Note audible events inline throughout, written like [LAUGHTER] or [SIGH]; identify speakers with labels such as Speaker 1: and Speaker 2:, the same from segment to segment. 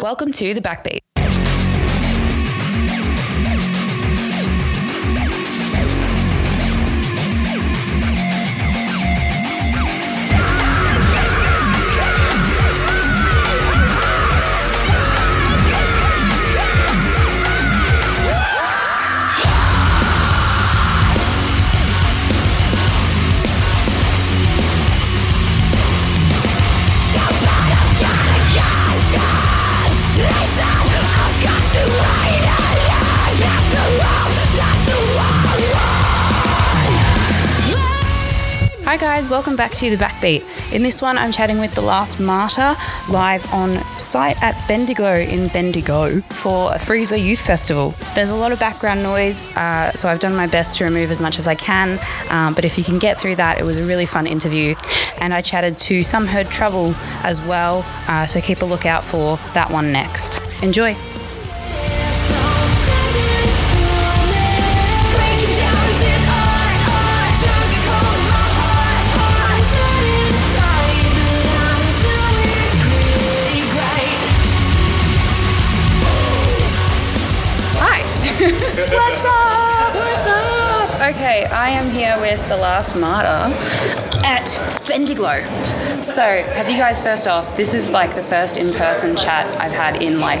Speaker 1: Welcome to the Backbeat. Hi, guys, welcome back to The Backbeat. In this one, I'm chatting with The Last Martyr live on site at Bendigo in Bendigo for a Freezer Youth Festival. There's a lot of background noise, uh, so I've done my best to remove as much as I can. Um, but if you can get through that, it was a really fun interview. And I chatted to Some Heard Trouble as well, uh, so keep a lookout for that one next. Enjoy. Hi. [LAUGHS] What's up? What's up? Okay, I am here with the last martyr at Bendiglow. So, have you guys first off, this is like the first in-person chat I've had in like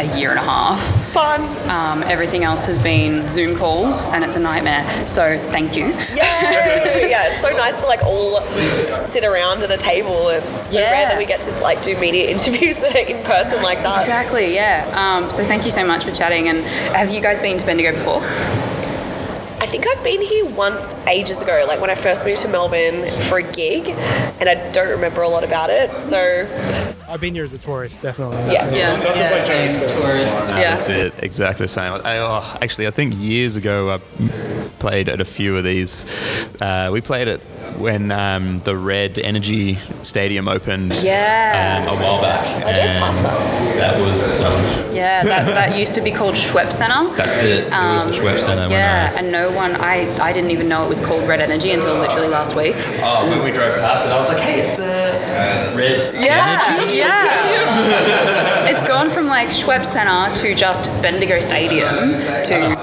Speaker 1: a year and a half.
Speaker 2: Fun.
Speaker 1: Um, everything else has been Zoom calls and it's a nightmare. So, thank you.
Speaker 2: [LAUGHS] Yay! yeah, it's so nice to like all sit around at a table. It's so
Speaker 1: Yeah.
Speaker 2: rare that we get to like do media [LAUGHS] interviews that are in person like that.
Speaker 1: Exactly, yeah. Um, so thank you so much for chatting. And have you guys been to Bendigo before?
Speaker 2: I think I've been here once ages ago, like when I first moved to Melbourne for a gig, and I don't remember a lot about it. So
Speaker 3: I've been here as a tourist, definitely.
Speaker 2: Yeah.
Speaker 1: Yeah.
Speaker 4: That's yeah, same tourist.
Speaker 1: Yeah.
Speaker 4: Ah, That's it. Exactly the same. I, oh, actually, I think years ago I played at a few of these. Uh, we played it when um, the Red Energy Stadium opened.
Speaker 1: Yeah.
Speaker 4: Um, a while back. I
Speaker 2: drove past that.
Speaker 4: That was. um,
Speaker 1: Yeah, that, that used to be called Schwepp Center.
Speaker 4: that's it. It was the Schweppes Center.
Speaker 1: Yeah,
Speaker 4: When I,
Speaker 1: and no one, I, I didn't even know it was called Red Energy until literally last week.
Speaker 4: oh, when we drove past it, I was like, hey, it's the
Speaker 1: [LAUGHS]
Speaker 4: Red Energy.
Speaker 1: yeah. it's gone from like Schwepp Center to just Bendigo Stadium to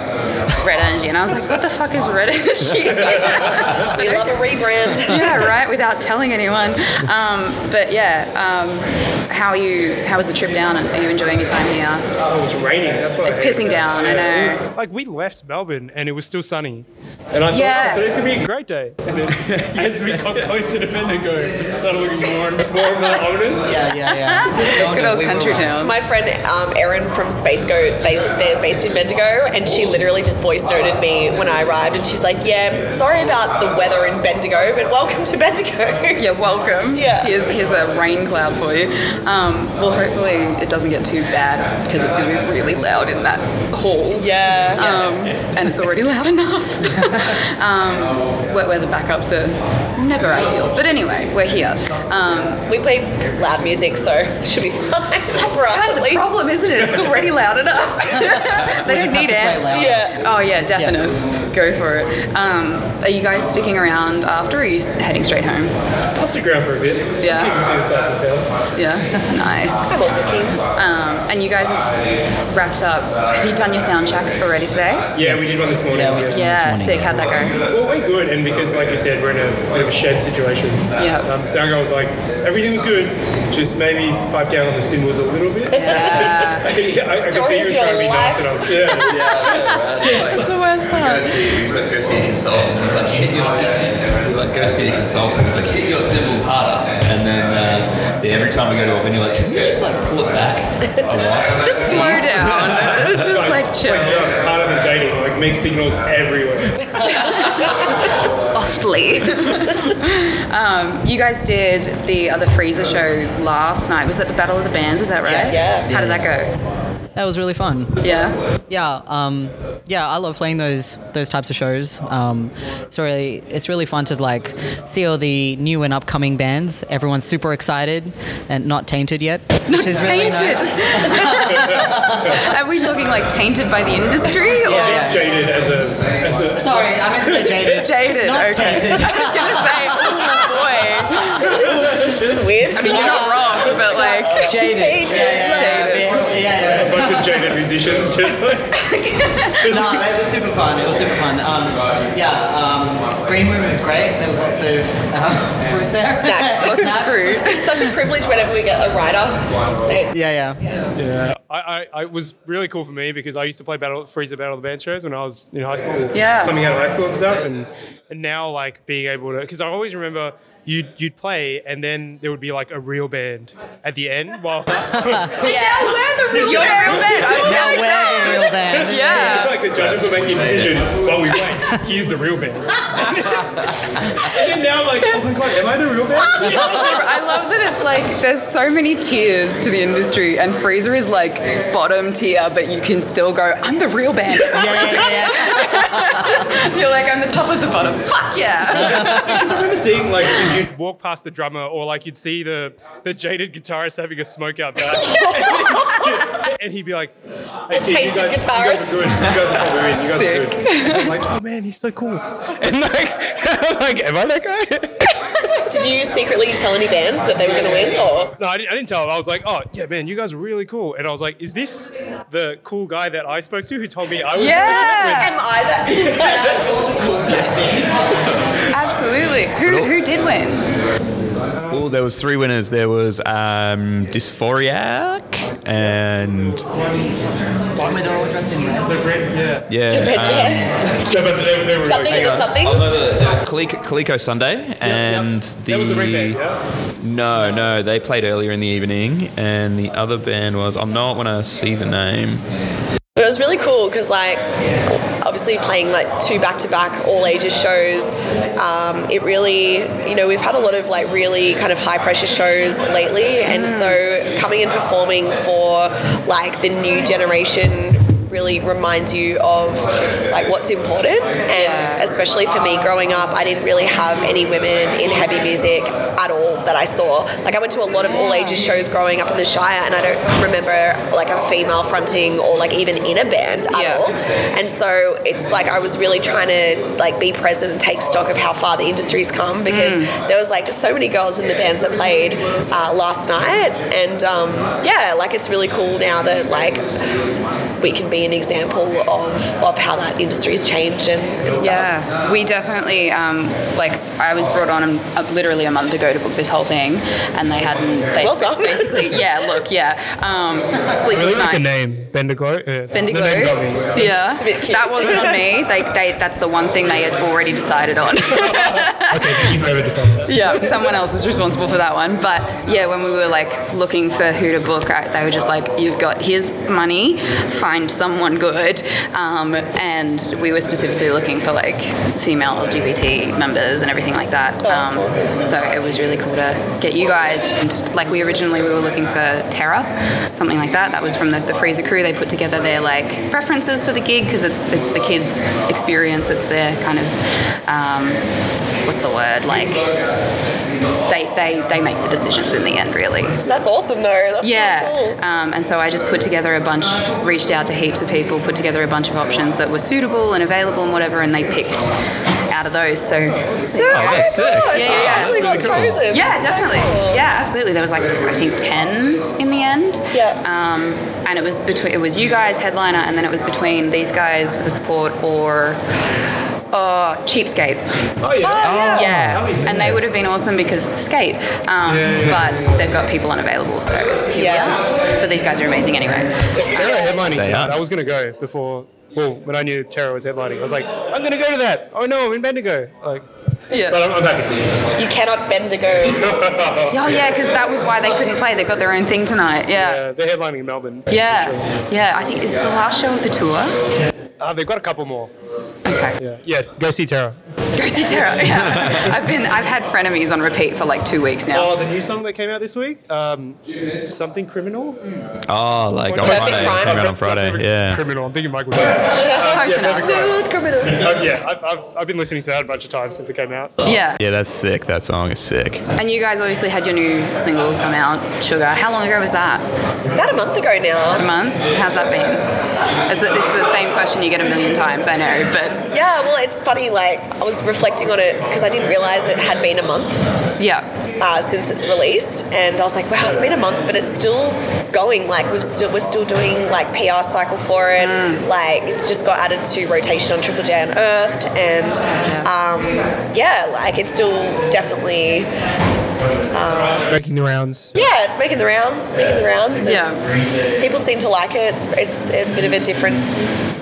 Speaker 1: Red Energy. And I was like, what the fuck is Red Energy? [LAUGHS]
Speaker 2: we love a rebrand.
Speaker 1: yeah, right, without telling anyone. Um, but yeah, um, how are you, how was the trip down and are you enjoying your time here?
Speaker 3: It was raining. That's why
Speaker 1: It's pissing down, I know.
Speaker 3: Like we left Melbourne and it was still sunny, and I
Speaker 1: Yeah.
Speaker 3: thought "Oh, today's gonna be a great day. And then [LAUGHS] as we got closer to Bendigo, it started looking more and more, and more ominous.
Speaker 5: yeah, yeah, yeah.
Speaker 1: Good old country town.
Speaker 2: My friend um, Erin from Space Goat, they, they're based in Bendigo, and she literally just voice noted me when I arrived, and she's like, "Yeah, I'm sorry about the weather in Bendigo, but welcome to Bendigo."
Speaker 1: Yeah, welcome.
Speaker 2: Yeah.
Speaker 1: Here's, here's a rain cloud for you. Um, well, hopefully it doesn't get too bad because it's going to be really loud in that hall.
Speaker 2: [LAUGHS] Yeah. Oh,
Speaker 1: Um, and it's already loud enough. [LAUGHS] um, wet weather backups are never ideal. But anyway, we're here. Um,
Speaker 2: We play loud music, so it should be fine [LAUGHS] for us
Speaker 1: kind of
Speaker 2: at
Speaker 1: the
Speaker 2: least.
Speaker 1: problem, isn't it? It's already loud
Speaker 5: [LAUGHS]
Speaker 1: enough. they
Speaker 5: We
Speaker 1: don't
Speaker 5: just have
Speaker 1: need
Speaker 5: to play
Speaker 1: amps.
Speaker 5: loud.
Speaker 2: Yeah.
Speaker 1: Oh yeah, definitely. Go for it. Um, are you guys sticking around after, or are you s- heading straight home?
Speaker 3: I'll stick around for a bit.
Speaker 1: Yeah.
Speaker 3: You can see the side of this house.
Speaker 1: Yeah, [LAUGHS] nice.
Speaker 2: I'm also keen.
Speaker 1: Um, and you guys have wrapped up. Have you done your sound check already today?
Speaker 3: Yeah, we did one this morning.
Speaker 5: Yeah, we did.
Speaker 1: Yeah,
Speaker 5: This
Speaker 1: sick.
Speaker 5: morning, yeah.
Speaker 1: How'd that go?
Speaker 3: Well, we're good, and because, like you said, we're in a bit of a shed situation.
Speaker 1: Yeah.
Speaker 3: Um, the sound guy was like, everything's good, just maybe pipe down on the cymbals a little bit. [LAUGHS]
Speaker 5: [LAUGHS]
Speaker 1: Yeah.
Speaker 3: I, could- I, I could
Speaker 2: Story
Speaker 3: see
Speaker 2: of
Speaker 3: you were trying to be
Speaker 2: your
Speaker 3: nice, and I was, yeah.
Speaker 1: It's the worst part.
Speaker 4: see, he's like, go see a consultant. He's like, hit your cymbals. Like, go see a consultant. He's like, hit your cymbals harder. And then uh, yeah, every time we go to a venue, like, can you just like pull it back? I'm like,
Speaker 1: Just slow down. [LAUGHS] It's just like chill.
Speaker 3: Yeah, it's harder than dating. Like, make signals everywhere.
Speaker 1: Just [LAUGHS] softly. um, you guys did the other freezer show last night. Was that the Battle of the Bands? Is that right?
Speaker 2: Yeah. Yeah.
Speaker 1: How did that
Speaker 5: That was really fun.
Speaker 1: go? Yeah.
Speaker 5: Yeah, um, yeah, I love playing those those types of shows. Um, it's really it's really fun to like see all the new and upcoming bands. Everyone's super excited and not tainted yet, which is really
Speaker 1: Tainted.
Speaker 5: nice.
Speaker 1: [LAUGHS] Are we talking like tainted by the industry? Or?
Speaker 5: Yeah.
Speaker 3: Jaded as a, as a
Speaker 5: Sorry, I meant to say jaded.
Speaker 1: Jaded.
Speaker 5: Not
Speaker 1: okay. [LAUGHS]
Speaker 5: tainted.
Speaker 1: I was gonna say, oh boy.
Speaker 2: It's weird.
Speaker 1: I mean, you're not wrong, but like
Speaker 5: Jaded.
Speaker 2: Tainted.
Speaker 5: Yeah, yeah, yeah.
Speaker 1: Jaded.
Speaker 5: Yeah,
Speaker 3: a bunch of jaded musicians just like
Speaker 5: no, it was super fun. It was super fun. Um, yeah, um, green room was great. There was lots of um, fruit there.
Speaker 2: Snacks, lots of
Speaker 5: [LAUGHS] Snacks.
Speaker 2: fruit. It's such a privilege whenever we get a writer.
Speaker 5: Yeah, yeah.
Speaker 3: Yeah, I, I, I it was really cool for me because I used to play battle freezer battle of the band shows when I was in high school.
Speaker 6: Yeah.
Speaker 3: coming out of high school and stuff, and, and now like being able to because I always remember you would you'd play and then there would be like a real band at the end. Well,
Speaker 6: Yeah.
Speaker 2: we're the real
Speaker 6: You're the real band. I was
Speaker 5: Now
Speaker 6: gonna
Speaker 5: we're the
Speaker 6: say.
Speaker 5: real band.
Speaker 6: Yeah.
Speaker 3: [LAUGHS] like the judges were making a decision while we [LAUGHS] played. He's the real band. and then now I'm like, oh my god, am I the real band?
Speaker 1: I love that it's like there's so many tiers to the industry, and Freezer is like bottom tier, but you can still go. I'm the real band.
Speaker 5: Yeah, yeah, yeah, yeah.
Speaker 1: [LAUGHS] You're like I'm the top of the bottom. Fuck yeah.
Speaker 3: Because I remember seeing like you'd walk past the drummer or like you'd see the the jaded guitarist having a smoke out [LAUGHS] there. and he'd be like, hey, kid,
Speaker 2: Tainted
Speaker 3: you guys, You guys
Speaker 2: guitarist.
Speaker 3: are good. You guys are probably in. You guys
Speaker 1: Sick.
Speaker 3: are good. And I'm like, oh man, he's so cool. And like, [LAUGHS] I'm like, am I that guy?
Speaker 2: Did you secretly tell any bands that they were going to win? Or
Speaker 3: No, I didn't, I didn't tell him. I was like, oh yeah, man, you guys are really cool. And I was like, is this the cool guy that I spoke to who told me I was?
Speaker 1: Yeah,
Speaker 3: [LAUGHS]
Speaker 2: am I that?
Speaker 1: absolutely. Who who did win?
Speaker 4: Well, there was three winners. There was um, Dysphoriac and
Speaker 5: When they're all dressed in red.
Speaker 3: Yeah.
Speaker 4: yeah, uh,
Speaker 3: No, but they, they were
Speaker 2: Something of
Speaker 3: really
Speaker 2: the
Speaker 4: um,
Speaker 2: somethings?
Speaker 4: although there was Coleco, Coleco Sunday and the
Speaker 3: That was the red band, yeah?
Speaker 4: no, no, they played earlier in the evening, and the other band was I'm not when I see the name.
Speaker 2: But it was really cool because, like, obviously playing like two back-to-back all-ages shows, um, it really, you know, we've had a lot of like really kind of high-pressure shows lately, and so coming and performing for like the new generation really reminds you of like what's important and especially for me growing up I didn't really have any women in heavy music at all that I saw like I went to a lot of all ages shows growing up in the Shire and I don't remember like a female fronting or like even in a band at
Speaker 1: Yeah.
Speaker 2: all and so it's like I was really trying to like be present and take stock of how far the industry's come because there was like so many girls in the bands that played uh, last night and um, yeah like it's really cool now that like we can be an example of, of how that industry's changed and stuff.
Speaker 1: Yeah, we definitely um, like. I was brought on um, literally a month ago to book this whole thing, and they hadn't. They
Speaker 2: Well done. [LAUGHS]
Speaker 1: Basically, yeah. Look, yeah. Um, sleepless night.
Speaker 3: name, Bendiglo. Yeah.
Speaker 1: Bendigo. Yeah,
Speaker 2: a bit cute.
Speaker 1: that wasn't on me. They, they, that's the one thing they had already decided on.
Speaker 3: Okay, thank you whoever decided.
Speaker 1: yeah, someone else is responsible for that one. But yeah, when we were like looking for who to book, I, they were just like, "You've got here's money, find someone good." Um, and we were specifically looking for like female LGBT members and everything like that.
Speaker 2: Oh, that's
Speaker 1: um,
Speaker 2: awesome.
Speaker 1: So it was really cool to get you guys. And like we originally we were looking for Terra, something like that. That was from the, the Freezer crew. They put together their like preferences for the gig because it's it's the kids' experience. It's their kind of um, what's the word like they, they, they make the decisions in the end, really.
Speaker 2: That's awesome though. That's
Speaker 1: Yeah.
Speaker 2: really cool.
Speaker 1: Um, and so I just put together a bunch, reached out to heaps of people, put together a bunch of options that were suitable and available and whatever, and they picked out of those. So,
Speaker 2: So,
Speaker 4: Oh, that's
Speaker 2: oh my
Speaker 4: sick.
Speaker 2: gosh,
Speaker 1: Yeah,
Speaker 2: so you
Speaker 1: yeah,
Speaker 2: actually got
Speaker 4: that's really cool.
Speaker 2: chosen.
Speaker 1: yeah,
Speaker 2: That's so
Speaker 1: definitely.
Speaker 2: cool.
Speaker 1: Yeah, absolutely. There was like, I think 10 in the end.
Speaker 2: Yeah.
Speaker 1: Um, and it was between, it was you guys, headliner, and then it was between these guys for the support or. Uh, cheapskate.
Speaker 3: Oh, yeah.
Speaker 1: Yeah, and they would have been awesome because skate, um, but they've got people unavailable, so here
Speaker 2: Yeah.
Speaker 1: we are. But these guys are amazing anyway.
Speaker 3: Terra headlining
Speaker 4: They
Speaker 3: tonight.
Speaker 4: are.
Speaker 3: I was going to go before, well, when I knew Terra was headlining. I was like, I'm going to go to that. Oh no, I'm in Bendigo. Like,
Speaker 1: Yeah.
Speaker 3: but I'm, I'm happy.
Speaker 2: You cannot bend to go.
Speaker 1: Oh yeah, because that was why they couldn't play. They got their own thing tonight. Yeah.
Speaker 3: Yeah, they're headlining in Melbourne.
Speaker 1: Yeah. Yeah. I think is it the last show of the tour.
Speaker 3: Uh, they've got a couple more.
Speaker 1: Okay.
Speaker 3: Yeah, yeah go see Terra.
Speaker 1: Go see Tara.
Speaker 3: [LAUGHS]
Speaker 1: Yeah. I've been I've had frenemies on repeat for like two weeks now.
Speaker 3: Oh, the new song that came out this week? Um, something criminal?
Speaker 4: Oh, like on
Speaker 2: Perfect
Speaker 4: Friday,
Speaker 2: Crime.
Speaker 4: came out on Friday. Yeah,
Speaker 3: Criminal. I'm thinking Michael. Jackson. [LAUGHS]
Speaker 1: Close
Speaker 3: yeah,
Speaker 1: enough.
Speaker 2: Smooth
Speaker 3: perfect.
Speaker 2: criminal.
Speaker 3: Uh, yeah, I've, I've, I've been listening to that a bunch of times since it came out.
Speaker 1: Yeah.
Speaker 4: yeah, that's sick. That song is sick.
Speaker 1: And you guys obviously had your new single come out, Sugar. How long ago was that?
Speaker 2: It's about a month ago
Speaker 1: A
Speaker 2: now.
Speaker 1: month? How's that been? It's, it's the same question you get a million times, I know, but
Speaker 2: Yeah, well, it's funny. Like I was reflecting on it because I didn't realize it had been a month.
Speaker 1: yeah.
Speaker 2: uh, since its released, and I was like, wow, it's been a month, but it's still going. Like we've still we're still doing like PR cycle for it.
Speaker 1: Mm.
Speaker 2: Like it's just got added to rotation on Triple J Unearthed, and um, yeah, like it's still definitely
Speaker 3: Breaking the rounds.
Speaker 2: yeah, it's making the rounds, making the rounds. and
Speaker 1: Yeah.
Speaker 2: people seem to like it. It's it's a bit of a different.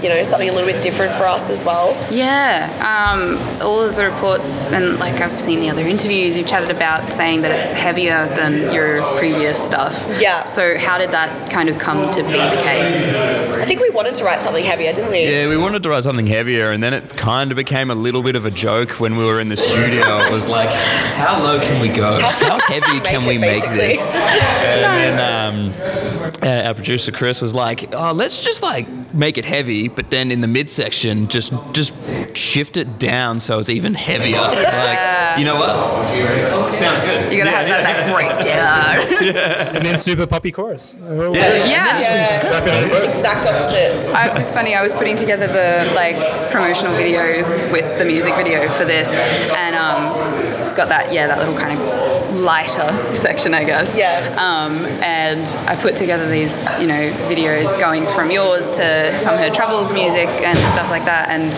Speaker 2: You know, something a little bit different for us as well.
Speaker 1: Yeah. Um, all of the reports and like I've seen the other interviews you've chatted about saying that it's heavier than your previous stuff.
Speaker 2: Yeah.
Speaker 1: So how did that kind of come to be the case?
Speaker 2: I think we wanted to write something heavier, didn't we?
Speaker 4: Yeah, we wanted to write something heavier, and then it kind of became a little bit of a joke when we were in the studio. It was like,
Speaker 7: How low can we go? How heavy
Speaker 2: Make
Speaker 7: can
Speaker 2: it,
Speaker 7: we make this?
Speaker 2: basically.
Speaker 4: and then um, uh, our producer Chris was like, "Oh, let's just like make it heavy, but then in the midsection, just just shift it down so it's even
Speaker 2: [LAUGHS]
Speaker 4: heavier." Like, you know what? Sounds good.
Speaker 1: You gotta have that, that breakdown.
Speaker 3: And then Super Puppy Chorus.
Speaker 1: yeah.
Speaker 2: Exact opposite.
Speaker 1: I, it was funny. I was putting together the like promotional videos with the music video for this, and um, got that yeah that little kind of lighter [LAUGHS] section, I guess.
Speaker 2: Yeah.
Speaker 1: Um, and I put together these you know videos going from yours to some of her travels music and stuff like that, and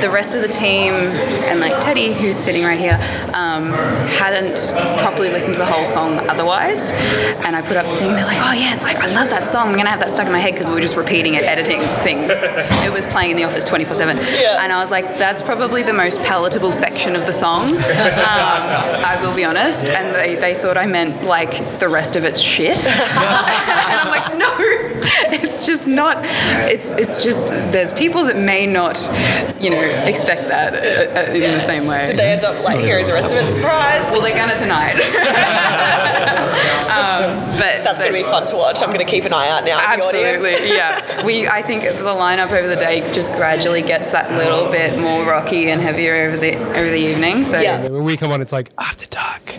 Speaker 1: the rest of the team and like Teddy, who's sitting right here, um, hadn't properly listened to the whole song otherwise, and I put up the thing. They're like, oh yeah, it's like I love that song. I'm gonna have that stuck in my head because we were just repeating it, editing things. it was playing in the office 24/7,
Speaker 2: Yeah.
Speaker 1: and I was like, that's probably the most palatable section of the song. um, I will be honest, and they, they thought I meant like the rest of it's shit. [LAUGHS] and I'm like, no, it's just not. It's it's just there's people that may not, you know, expect that uh, uh, in the same way.
Speaker 2: Did they end up like hearing the rest of it? Surprise!
Speaker 1: Well, they're gonna tonight. [LAUGHS] um, but
Speaker 2: That's going to be fun to watch. I'm going to keep an eye out now. in the audience.
Speaker 1: Absolutely, yeah. We, I think the lineup over the day just gradually gets that little bit more rocky and heavier over the over the evening. So
Speaker 2: Yeah.
Speaker 3: When we come on, it's like after dark.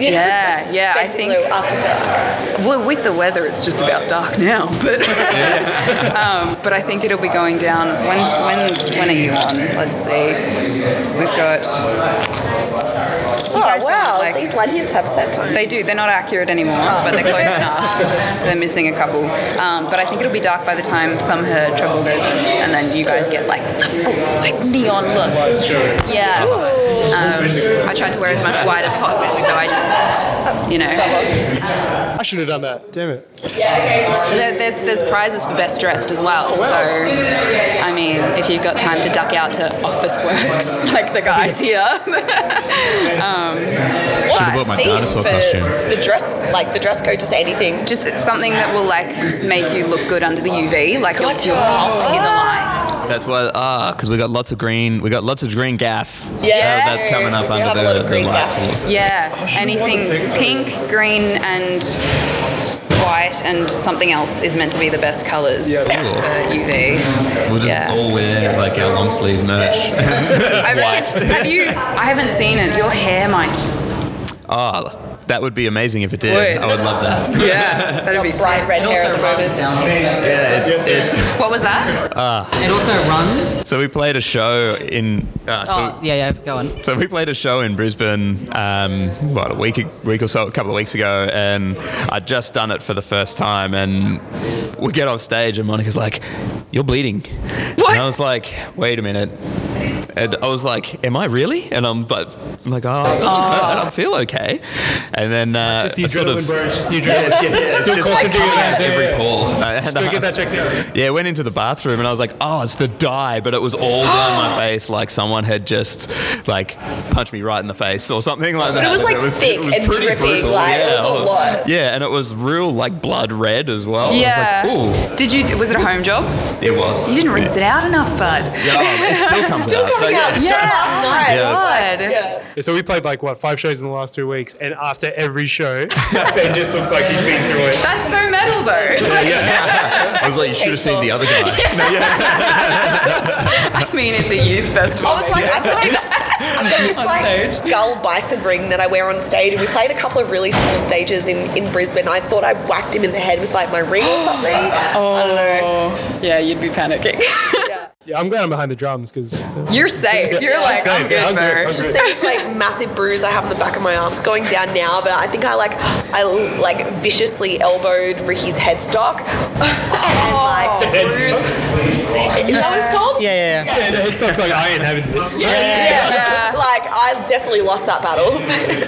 Speaker 1: yeah,
Speaker 2: [LAUGHS]
Speaker 1: yeah, I think
Speaker 2: Bengaloo after dark.
Speaker 1: well, with the weather, it's just about dark now. [LAUGHS] But um, but I think it'll be going down. When when's when are you on? Let's see. We've got
Speaker 2: Oh
Speaker 1: guys
Speaker 2: wow,
Speaker 1: got, like-
Speaker 2: these lanyards have set times.
Speaker 1: They do. They're not accurate anymore,
Speaker 3: Ah.
Speaker 1: but they're close enough. They're missing a couple. Um, but I think it'll be dark by the time some her trouble goes on, and then you guys get like the full, like neon look. Yeah. Um, I tried to wear as much white as possible, so I just, you know,
Speaker 3: I should have done that. Damn it.
Speaker 1: there, there's, there's prizes for best dressed as
Speaker 3: Oh,
Speaker 1: well. So, I mean, if you've got time to duck out to office works [LAUGHS] like the guys here, Um,
Speaker 4: Should have bought my
Speaker 2: See,
Speaker 4: dinosaur
Speaker 2: for
Speaker 4: costume.
Speaker 2: The dress, like the dress code, just anything.
Speaker 1: just it's something that will like make you look good under the UV, like you'll you'll pop in the light.
Speaker 4: That's why, ah, because we got lots of green. We got lots of green gaff.
Speaker 2: Yeah.
Speaker 4: that's coming up
Speaker 2: We do have
Speaker 4: under
Speaker 2: a lot
Speaker 4: the,
Speaker 2: of
Speaker 4: the
Speaker 2: green
Speaker 4: lights.
Speaker 2: gaff.
Speaker 1: Yeah, anything pink, green, and white, and something else is meant to be the best colours for UV.
Speaker 4: We'll just
Speaker 1: Yeah.
Speaker 4: all wear like our long sleeve merch. [LAUGHS]
Speaker 1: I reckon, have you? I haven't seen it. Your hair might.
Speaker 4: Ah, that would be amazing if it did.
Speaker 1: Would.
Speaker 4: I would love that.
Speaker 1: [LAUGHS] Yeah, that'd be
Speaker 2: bright red hair at the moment.
Speaker 4: Yeah, it's, it's,
Speaker 1: What was that?
Speaker 5: It also runs.
Speaker 4: so we played a show in. Uh, so,
Speaker 5: Oh, yeah, yeah, go on.
Speaker 4: So we played a show in Brisbane, um, what a week, week or so, a couple of weeks ago, and I'd just done it for the first time. And we get off stage, and Monica's like, "You're bleeding,"
Speaker 1: What?
Speaker 4: and I was like, "Wait a minute." And I was like, "Am I really?" And I'm like, I'm like "Oh, it doesn't hurt. I feel okay." And then uh,
Speaker 3: Just the
Speaker 4: I sort
Speaker 3: adrenaline,
Speaker 4: of-
Speaker 3: bro. It's just the adrenaline.
Speaker 4: [LAUGHS] yeah, yeah, it's
Speaker 3: Still
Speaker 4: just-
Speaker 3: concentrating
Speaker 4: Yeah,
Speaker 3: around
Speaker 4: every
Speaker 3: there.
Speaker 4: call. And,
Speaker 3: Go
Speaker 4: uh,
Speaker 3: get that checked out.
Speaker 4: yeah, I went into the bathroom and I was like, oh, it's the dye, but it was all down
Speaker 2: [GASPS]
Speaker 4: my face, like someone had just like punched me right in the face or something like that.
Speaker 2: it was,
Speaker 4: And
Speaker 2: like, thick and
Speaker 4: pretty
Speaker 2: dripping, like, it was a
Speaker 4: oh,
Speaker 2: lot.
Speaker 4: Yeah, and it was real like blood red as well.
Speaker 1: Yeah.
Speaker 4: I was like,
Speaker 1: Did you? Was it a home job?
Speaker 4: ooh, it was.
Speaker 1: You didn't rinse it out enough, bud.
Speaker 4: Yeah, oh, it
Speaker 2: [LAUGHS]
Speaker 4: still comes
Speaker 2: Still
Speaker 4: out. but
Speaker 2: coming out.
Speaker 4: yeah.
Speaker 2: The show last night.
Speaker 4: Yeah.
Speaker 1: Oh God.
Speaker 3: Yeah, so we played like what five shows in the last two weeks, and after every [LAUGHS] show, Ben just looks like he's been through it.
Speaker 1: That's so metal, though.
Speaker 4: I was like, you should have seen the
Speaker 2: [LAUGHS]
Speaker 4: other guy.
Speaker 1: I mean, it's a youth festival.
Speaker 2: I was like,
Speaker 1: [LAUGHS]
Speaker 2: I've got this, I've got this like
Speaker 1: stage.
Speaker 2: skull bison ring that I wear on stage, and we played a couple of really small stages in, in Brisbane. I thought I
Speaker 1: [GASPS]
Speaker 2: whacked him in the head with like my ring or something. I don't know.
Speaker 1: yeah, you'd be panicking. [LAUGHS]
Speaker 2: Yeah.
Speaker 3: Yeah, I'm glad I'm behind the drums because
Speaker 8: You're safe. You're like,
Speaker 3: safe.
Speaker 8: I'm good,
Speaker 3: Yeah, I'm
Speaker 8: bro.
Speaker 3: good. I'm
Speaker 2: Just say it's like massive bruise I have on the back of my arm. It's going down now, but I think I like I like viciously elbowed Ricky's headstock and like bruised. Is that what it's called?
Speaker 5: Yeah, yeah, yeah.
Speaker 3: yeah, the headstock's like I ain't having this. Yeah.
Speaker 8: Yeah.
Speaker 2: Like I definitely lost that battle.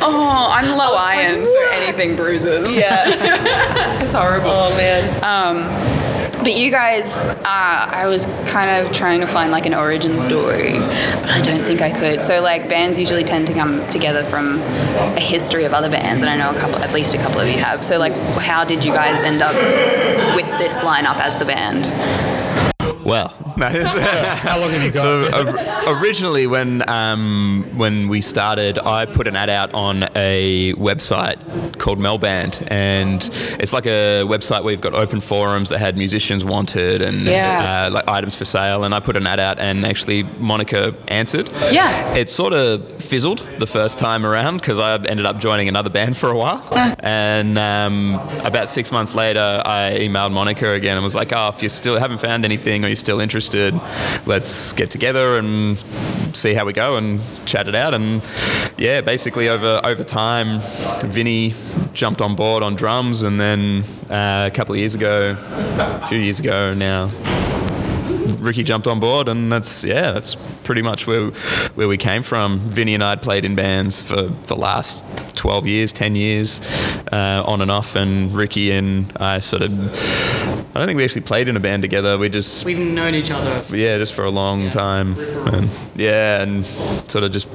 Speaker 8: Oh, I'm low
Speaker 2: like,
Speaker 8: iron, so anything bruises.
Speaker 2: yeah.
Speaker 1: [LAUGHS]
Speaker 8: It's horrible.
Speaker 2: Oh [LAUGHS] man.
Speaker 1: But you guys, uh, I was kind of trying to find like an origin story, but I don't think I could. So like bands usually tend to come together from a history of other bands, and I know a couple, at least a couple of you have. So like, how did you guys end up with this lineup as the band?
Speaker 4: [LAUGHS] Well, how long have you got? So or- originally, when um, when we started, I put an ad out on a website called Melband, and it's like a website where you've got open forums that had musicians wanted and
Speaker 8: Yeah.
Speaker 4: uh, like items for sale. And I put an ad out, and actually Monica answered.
Speaker 1: Yeah.
Speaker 4: it sort of fizzled the first time around because I ended up joining another band for a while. And um, about six months later, I emailed Monica again and was like, "Oh, if you still haven't found anything or you're still interested, let's get together and see how we go and chat it out." And yeah, basically over over time, Vinny jumped on board on drums, and then uh, a couple of years ago, a few years ago now, Ricky jumped on board, and that's yeah, that's pretty much where where we came from. Vinny and I had played in bands for the last twelve years, ten years, uh, on and off, and Ricky and I sort of. I don't think we actually played in a band together. We just
Speaker 5: We've known each other.
Speaker 4: yeah, just for a long time. And, yeah, and sort of just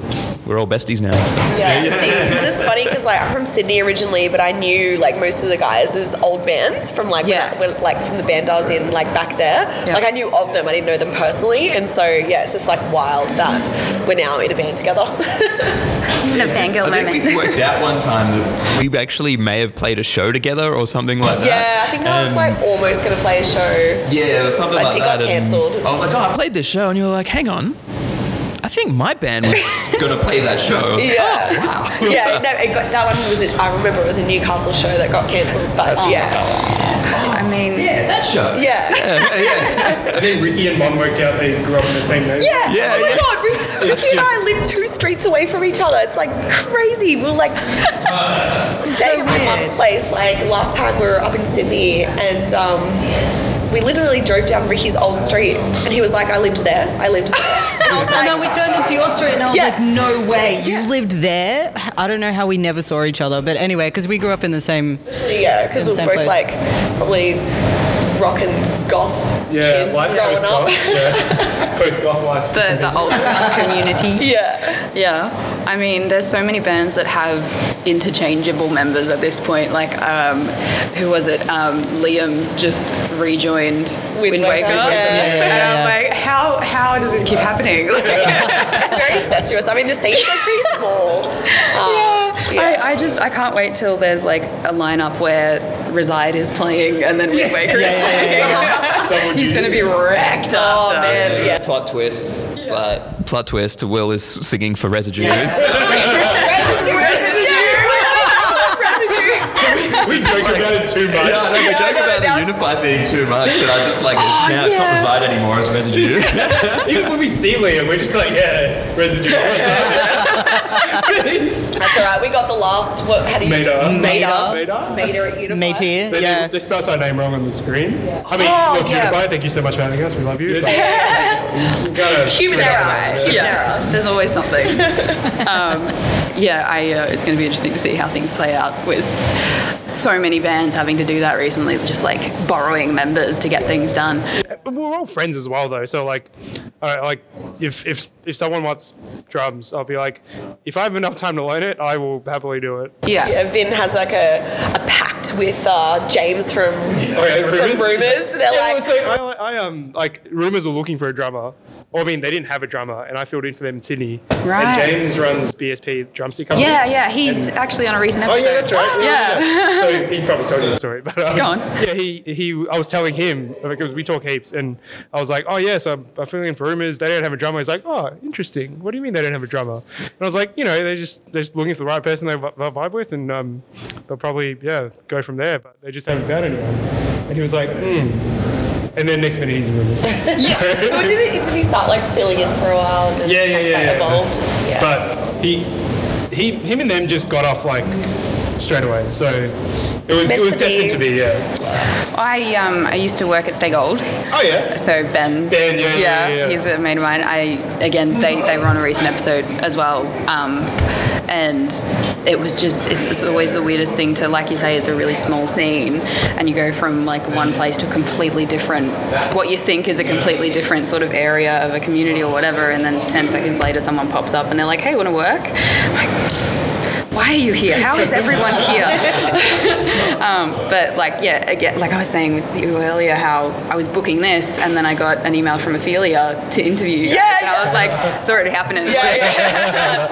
Speaker 4: we're all besties now. So.
Speaker 2: Yeah. It's funny because like I'm from Sydney originally, but I knew like most of the guys as old bands from like
Speaker 1: Yeah.
Speaker 2: when I, when, like from the band I was in like back there.
Speaker 1: Yeah.
Speaker 2: Like I knew of them, I didn't know them personally, and so yeah, it's just like wild that we're now in a band together. [LAUGHS]
Speaker 1: Even a fangirl
Speaker 4: I think
Speaker 1: moment.
Speaker 4: we worked out one time that we actually may have played a show together or something like that.
Speaker 2: yeah, I think I was
Speaker 4: And-
Speaker 2: like almost gonna play a show.
Speaker 4: Yeah, it was something
Speaker 2: I
Speaker 4: like
Speaker 2: think
Speaker 4: that.
Speaker 2: I
Speaker 4: and
Speaker 2: cancelled.
Speaker 4: I was like, [LAUGHS] oh, I played this show, and you were like, hang on. I think my band was [LAUGHS] going to play that show. I was like,
Speaker 2: Yeah.
Speaker 4: "Oh,
Speaker 2: [LAUGHS]
Speaker 4: wow.
Speaker 2: yeah, no, it got, that one was. A, I remember it was a Newcastle show that got cancelled, but yeah,
Speaker 1: I mean,
Speaker 4: Yeah, that show.
Speaker 2: yeah, yeah,
Speaker 3: I think
Speaker 4: [LAUGHS]
Speaker 3: Ricky and Mon worked out they grew up in the same neighborhood.
Speaker 4: Yeah,
Speaker 2: Oh my
Speaker 4: yeah.
Speaker 2: god, Ricky and I live two streets away from each other. It's like crazy. We We're
Speaker 4: [LAUGHS]
Speaker 2: like staying at my mum's place. Like last time we were up in Sydney, and um, we literally drove down Ricky's old street, and he was like, "I lived there. I lived
Speaker 4: [LAUGHS]
Speaker 2: there." And I was
Speaker 5: And then
Speaker 2: like,
Speaker 5: we turned into your street, and I was
Speaker 2: Yeah.
Speaker 5: like, "No way, you
Speaker 2: Yeah.
Speaker 5: lived there." I don't know how we never saw each other, but anyway, because we grew up in the same.
Speaker 2: "Yeah," because
Speaker 5: In
Speaker 2: we
Speaker 5: the
Speaker 2: we're
Speaker 5: same
Speaker 2: both
Speaker 5: place.
Speaker 2: like probably rock and goth
Speaker 3: Yeah,
Speaker 2: kids
Speaker 3: life
Speaker 2: growing
Speaker 3: post
Speaker 2: up.
Speaker 3: golf. Yeah, post golf life.
Speaker 1: the, the [LAUGHS] old community.
Speaker 2: [LAUGHS] Yeah,
Speaker 1: Yeah, I mean, there's so many bands that have interchangeable members at this point. Like, um, who was it? Um, Liam's just rejoined Wind,
Speaker 2: Waker.
Speaker 1: Waker.
Speaker 2: Yeah. Yeah,
Speaker 1: And I'm like, how how does this keep happening? Like,
Speaker 2: it's very incestuous. I mean, the scene's like pretty small. Um,
Speaker 1: [LAUGHS] I, I just I can't wait till there's like a lineup where Reside is playing and then Wind Waker is playing. [LAUGHS] He's gonna be wrecked
Speaker 2: oh
Speaker 1: after. [LAUGHS]
Speaker 2: man, yeah.
Speaker 4: Plot twist. It's like, plot twist. Will is singing for Residue.
Speaker 3: We joke about it too much.
Speaker 4: [LAUGHS] Yeah, I know, we joke about the Unify thing too much that I just like, it's, now it's not Reside anymore, it's [LAUGHS] Residue.
Speaker 3: Even when we see Liam, we're just like, yeah,
Speaker 2: [LAUGHS]
Speaker 3: residue. What's up?
Speaker 2: That's all right. We got the last. What? How do you?
Speaker 3: Mater.
Speaker 2: Mater.
Speaker 3: Mater.
Speaker 2: Mater at Unified.
Speaker 5: Matey,
Speaker 3: They,
Speaker 5: yeah.
Speaker 3: they spelt our name wrong on the screen. I mean,
Speaker 2: Oh,
Speaker 3: look,
Speaker 2: yeah.
Speaker 3: Unify, thank you so much for having us. We love
Speaker 2: [LAUGHS]
Speaker 3: you. but-
Speaker 2: Human
Speaker 3: Gotta screw it up.
Speaker 2: error. Human
Speaker 1: yeah, there's always something. [LAUGHS] um, yeah, I, uh, it's going to be interesting to see how things play out with so many bands having to do that recently, just like borrowing members to get things done.
Speaker 3: we're all friends as well though so like all right, like if if if someone wants drums i'll be like if i have enough time to learn it i will happily do it
Speaker 1: Yeah.
Speaker 2: Yeah, Vin has like a, a pact with uh, James from
Speaker 3: okay
Speaker 2: from Rumors. They're
Speaker 3: yeah,
Speaker 2: like,
Speaker 3: well, so I, I um like rumors were looking for a drummer or i mean they didn't have a drummer and i filled in for them in sydney
Speaker 1: Right.
Speaker 3: and james runs bsp drumstick company
Speaker 1: Yeah, yeah, he's actually on a recent
Speaker 3: Oh
Speaker 1: episode.
Speaker 3: yeah, that's right.
Speaker 1: Yeah.
Speaker 3: so he's probably told you the story, but um,
Speaker 1: Go on.
Speaker 3: yeah, he he. I was telling him because we talk heaps, and I was like, oh yeah, so I'm, I'm filling in for rumors. They don't have a drummer. He's like, oh, interesting. What do you mean they don't have a drummer? And I was like, you know, they're just they're just looking for the right person they vi- they'll vibe with, and um, they'll probably yeah go from there. But they just haven't found anyone. And he was like, hmm. and then next minute easy movers.
Speaker 2: [LAUGHS]
Speaker 3: [LAUGHS]
Speaker 2: yeah. But [LAUGHS] did, it, did he start like filling in for a while and then
Speaker 3: Yeah, yeah,
Speaker 2: like,
Speaker 3: yeah, yeah.
Speaker 2: evolved? Yeah.
Speaker 3: But he, he, him and them just got off like straight away. So it was
Speaker 2: meant
Speaker 3: it
Speaker 2: to
Speaker 3: was
Speaker 2: be.
Speaker 3: destined to be. Yeah.
Speaker 1: I um, I used to work at Stay Gold.
Speaker 3: Oh yeah.
Speaker 1: So Ben,
Speaker 3: Ben, yeah, yeah, yeah, yeah.
Speaker 1: he's a mate of mine. I again, they, they were on a recent episode as well, um, and it was just it's, it's always the weirdest thing to like you say it's a really small scene, and you go from like one place to a completely different what you think is a completely different sort of area of a community or whatever, and then ten seconds later someone pops up and they're like, hey, want to work? I'm like, why are you here? How is everyone here? but like yeah again like i was saying with you earlier how i was booking this and then i got an email from ophelia to interview you guys,
Speaker 2: Yeah,
Speaker 1: and i was like it's already happening yeah,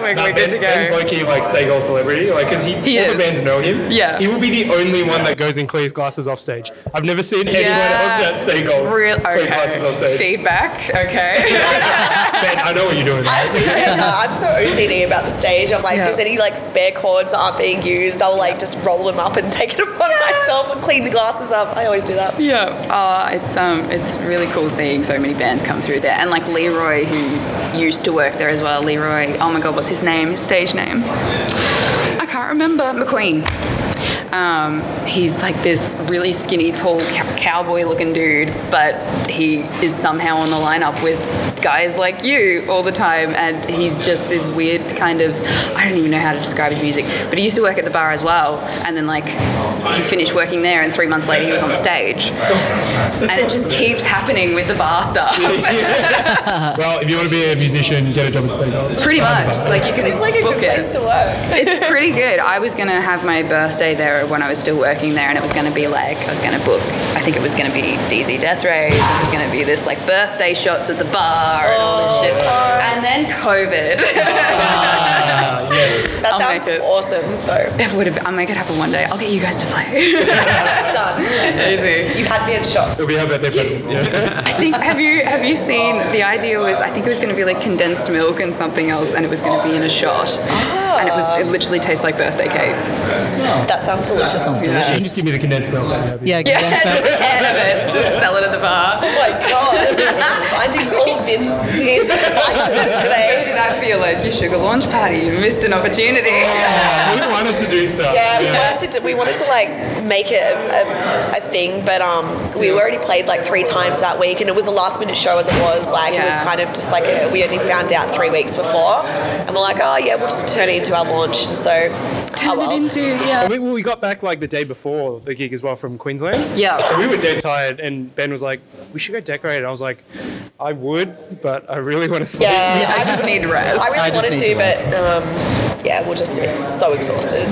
Speaker 1: [LAUGHS] we're,
Speaker 3: Nah,
Speaker 1: we're good
Speaker 3: ben,
Speaker 1: to go
Speaker 3: Ben's low key like stay gold celebrity, like because he,
Speaker 1: He
Speaker 3: all
Speaker 1: is.
Speaker 3: the bands know him.
Speaker 1: Yeah.
Speaker 3: he will be the only one that goes and clears glasses off stage. I've never seen anyone
Speaker 1: Yeah.
Speaker 3: else at stay gold
Speaker 1: Real,
Speaker 3: clear glasses off
Speaker 1: okay.
Speaker 3: stage.
Speaker 1: feedback okay
Speaker 3: Ben, I know what you're
Speaker 2: [LAUGHS]
Speaker 3: doing.
Speaker 1: [LAUGHS]
Speaker 2: Yeah, no, I'm so OCD about the stage. I'm like,
Speaker 1: Yeah.
Speaker 2: if there's any like spare cords that aren't being used, I'll like just roll them up and take it upon myself and clean the glasses up. I always do that.
Speaker 1: Yeah, uh, it's um, it's really cool seeing so many bands come through there, and like Leroy, who used to work there as well. Leroy, oh my god, what's his name? His stage name? I can't remember. McQueen. Um, he's like this really skinny, tall cow- cowboy-looking dude, but he is somehow on the lineup with guys like you all the time, and he's just this weird kind of I don't even know how to describe his music. But he used to work at the bar as well, and then like he finished working there, and three months later he was on the stage and it just keeps happening with the bar stuff.
Speaker 3: [LAUGHS] well, if you want to be a musician, get a job at stay gold.
Speaker 1: pretty much, like you can
Speaker 2: It's like a
Speaker 1: book
Speaker 2: good
Speaker 1: it.
Speaker 2: place to work.
Speaker 1: It's pretty good. I was gonna have my birthday there when I was still working there, and it was gonna be like I was gonna book. I think it was gonna be DZ Death Rays. It was gonna be this like birthday shots at the bar and all this shit.
Speaker 2: Oh,
Speaker 1: And then COVID. [LAUGHS]
Speaker 2: That
Speaker 1: I'll
Speaker 2: sounds
Speaker 1: make it.
Speaker 2: awesome though.
Speaker 1: it would have. I make it happen one day. I'll get you guys to play. [LAUGHS]
Speaker 2: Done.
Speaker 1: Easy.
Speaker 2: You had me in shock.
Speaker 3: It'll be our birthday present. Yeah.
Speaker 1: I think have you have you seen the idea was I think it was going to be like condensed milk and something else and it was going to be in a shot
Speaker 2: Oh.
Speaker 1: and it was it literally tastes like birthday cake.
Speaker 2: That sounds delicious.
Speaker 3: You just give me the condensed milk. that'd be
Speaker 5: Yeah, condensed milk.
Speaker 1: Can of it, just sell it at the bar.
Speaker 2: Oh my
Speaker 1: [LAUGHS]
Speaker 2: god. Finding all Vin's weird flashes
Speaker 1: Maybe
Speaker 2: today.
Speaker 1: that feel like your sugar launch party. You missed an opportunity.
Speaker 3: good. we wanted to do stuff.
Speaker 2: Yeah, we wanted to do, we wanted to like make it a, a, a thing, but um, we already played like three times that week, and it was a last minute show as it was. Like it was
Speaker 1: Yeah.
Speaker 2: kind of just like a, we only found out three weeks before, and we're like, oh yeah, we'll just turn it into our launch, and so turn oh, well.
Speaker 1: yeah.
Speaker 3: I mean, well, we got back like the day before the gig as well from Queensland.
Speaker 1: Yeah.
Speaker 3: So we were dead tired, and Ben was like, "We should go decorate." I was like, "I would, but I really want to sleep."
Speaker 2: Yeah,
Speaker 1: I just need rest.
Speaker 2: I really
Speaker 5: I just
Speaker 2: wanted to,
Speaker 5: need to
Speaker 2: but um, yeah, we're just so exhausted.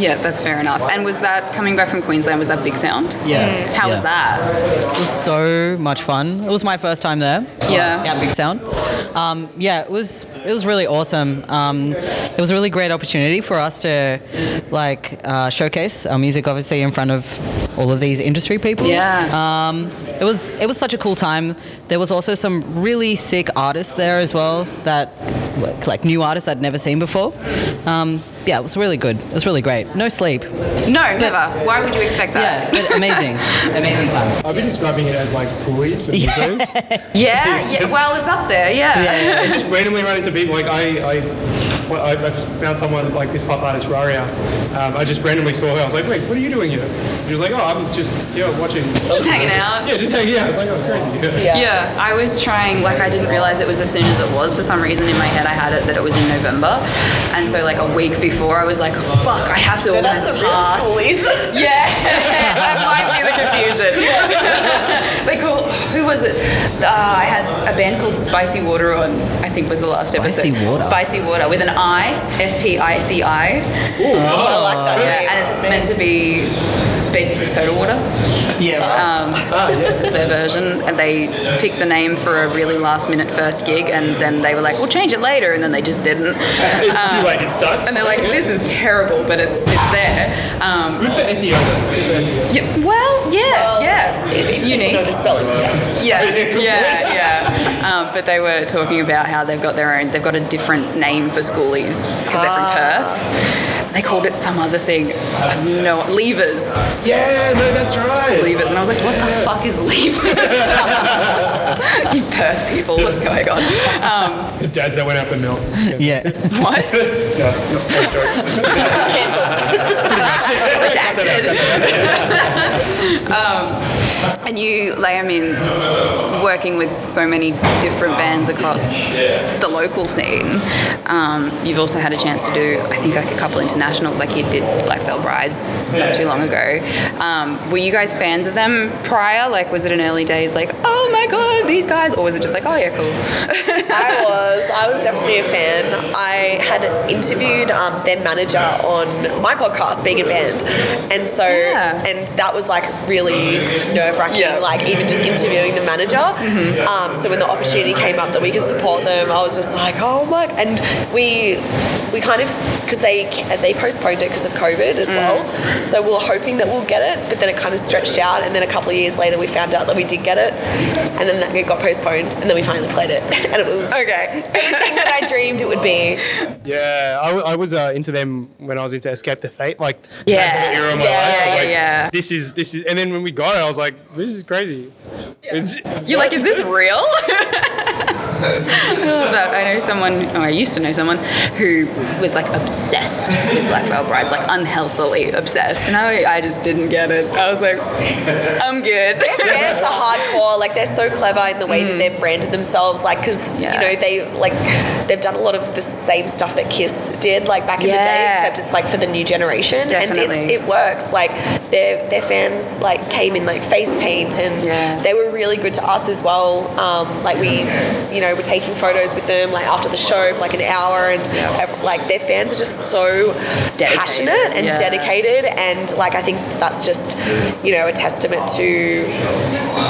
Speaker 1: Yeah, that's fair enough. And was that coming back from Queensland? Was that big sound?
Speaker 5: Yeah.
Speaker 2: Mm.
Speaker 1: How was
Speaker 5: Yeah.
Speaker 1: that?
Speaker 5: It was so much fun. It was my first time there.
Speaker 1: Yeah.
Speaker 5: Yeah, Big Sound. Um, yeah, it was it was really awesome. Um, it was a really great opportunity for us to like uh, showcase our music, obviously in front of all of these industry people.
Speaker 1: Yeah.
Speaker 5: Um, it was it was such a cool time. There was also some really sick artists there as well that like, like new artists I'd never seen before. Um, yeah, it was really good. It was really great. No sleep.
Speaker 1: No, never. Why would you expect that?
Speaker 5: Yeah, but amazing, [LAUGHS] amazing time.
Speaker 3: I've been describing it as like schoolies for musos.
Speaker 1: Yeah. Yeah. Well, it's up there. Yeah.
Speaker 3: I just randomly run into people. Like I, I, well, I, I found someone like this pop artist Raria. Um, I just randomly saw her. I was like, "Wait, what are you doing here?" She was like, "Oh, I'm just yeah watching."
Speaker 1: Just hanging out.
Speaker 3: Yeah, just hanging out. It's like, "Oh, crazy."
Speaker 2: Yeah.
Speaker 1: [LAUGHS] Yeah, I was trying, like, I didn't realize it was as soon as it was. For some reason in my head, I had it that it was in November. And so, like, a week before, I was like, fuck, I have to
Speaker 2: No,
Speaker 1: organize
Speaker 2: that's the
Speaker 1: a pass.
Speaker 2: real schoolies.
Speaker 1: Yeah, [LAUGHS] that might be the [LAUGHS] confusion. they call, who was it? Uh, I had a band called Spicy Water on, I think was the last
Speaker 5: Spicy
Speaker 1: episode.
Speaker 5: Water?
Speaker 1: Spicy Water with an I, S P I C I.
Speaker 2: [LAUGHS] I like that.
Speaker 1: Oh, Yeah, and it's meant to be basically soda water.
Speaker 5: Yeah.
Speaker 1: Um, it's their version, and they picked the name for a really last-minute first gig, and then they were like, "We'll change it later," and then they just didn't.
Speaker 3: It's too late. It's done.
Speaker 1: And they're like, "This is terrible, but it's it's there." Um,
Speaker 3: Good for SEO. though. Good for E SEO.
Speaker 1: yeah, well, yeah, yeah, [LAUGHS] it's unique.
Speaker 2: No, the spelling. Yeah.
Speaker 1: Yeah, yeah, yeah. Um, but they were talking about how they've got their own, they've got a different name for schoolies because they're from Perth.
Speaker 8: They called it some other thing. Um, No, levers.
Speaker 7: Yeah, no, that's right.
Speaker 8: Levers. And I was like, what the fuck is levers? [LAUGHS] you Perth people, what's going on? Um,
Speaker 3: Dads that went out for milk.
Speaker 5: Yeah.
Speaker 8: what?
Speaker 3: Joke.
Speaker 8: Redacted.
Speaker 1: [LAUGHS] And you, like, I mean, working with so many different bands across the local scene, um, you've also had a chance to do, I think, like a couple internationals. Like you did Black Veil Brides not too long ago. Um, were you guys fans of them prior? Like, was it in early days? Like, oh my god, these guys, or was it just like, oh yeah, cool?
Speaker 2: I was. I was definitely a fan. I had interviewed um, their manager on my podcast, Vegan Band, and so
Speaker 1: Yeah.
Speaker 2: and that was like really nerve wracking.
Speaker 8: Yeah.
Speaker 2: Like even just interviewing the manager. Um, so when the opportunity came up that we could support them, I was just like, oh my! And we we kind of because they they postponed it because of COVID as well. So we were hoping that we'll get it, but then it kind of stretched out, and then a couple of years later, we found out that we did get it, and then that it got postponed, and then we finally played it, [LAUGHS] and it was
Speaker 8: Okay.
Speaker 2: everything that I dreamed it would be.
Speaker 3: [LAUGHS] Yeah, I, w- I was uh, into them when I was into Escape the Fate, like
Speaker 1: Yeah.
Speaker 3: that whole era of my
Speaker 1: Yeah,
Speaker 3: life. I was
Speaker 1: yeah,
Speaker 3: like,
Speaker 1: yeah.
Speaker 3: This is this is, and then when we got it, I was like, this is crazy. It's-
Speaker 1: You're like, is this real? but I know someone, or I used to know someone, who was like obsessed with Black Veil Brides, like unhealthily obsessed. And I, I just didn't get it. I was like, I'm good.
Speaker 2: fans are hardcore. Like they're so clever in the way that they've branded themselves. Like because
Speaker 1: Mm. Yeah.
Speaker 2: you know they like they've done a lot of the same stuff that Kiss did like back in the day,
Speaker 1: Yeah.
Speaker 2: except it's like for the new generation, and it's,
Speaker 1: Definitely.
Speaker 2: it works. Like their their fans like came in like face paint, and
Speaker 1: Yeah.
Speaker 2: they were really good to us as well. Um, like we, you know, were taking photos with them like after the show for like an hour, and ev- like their fans are just so
Speaker 1: Dedicated.
Speaker 2: passionate and
Speaker 1: Yeah.
Speaker 2: dedicated, and like I think that's just you know a testament to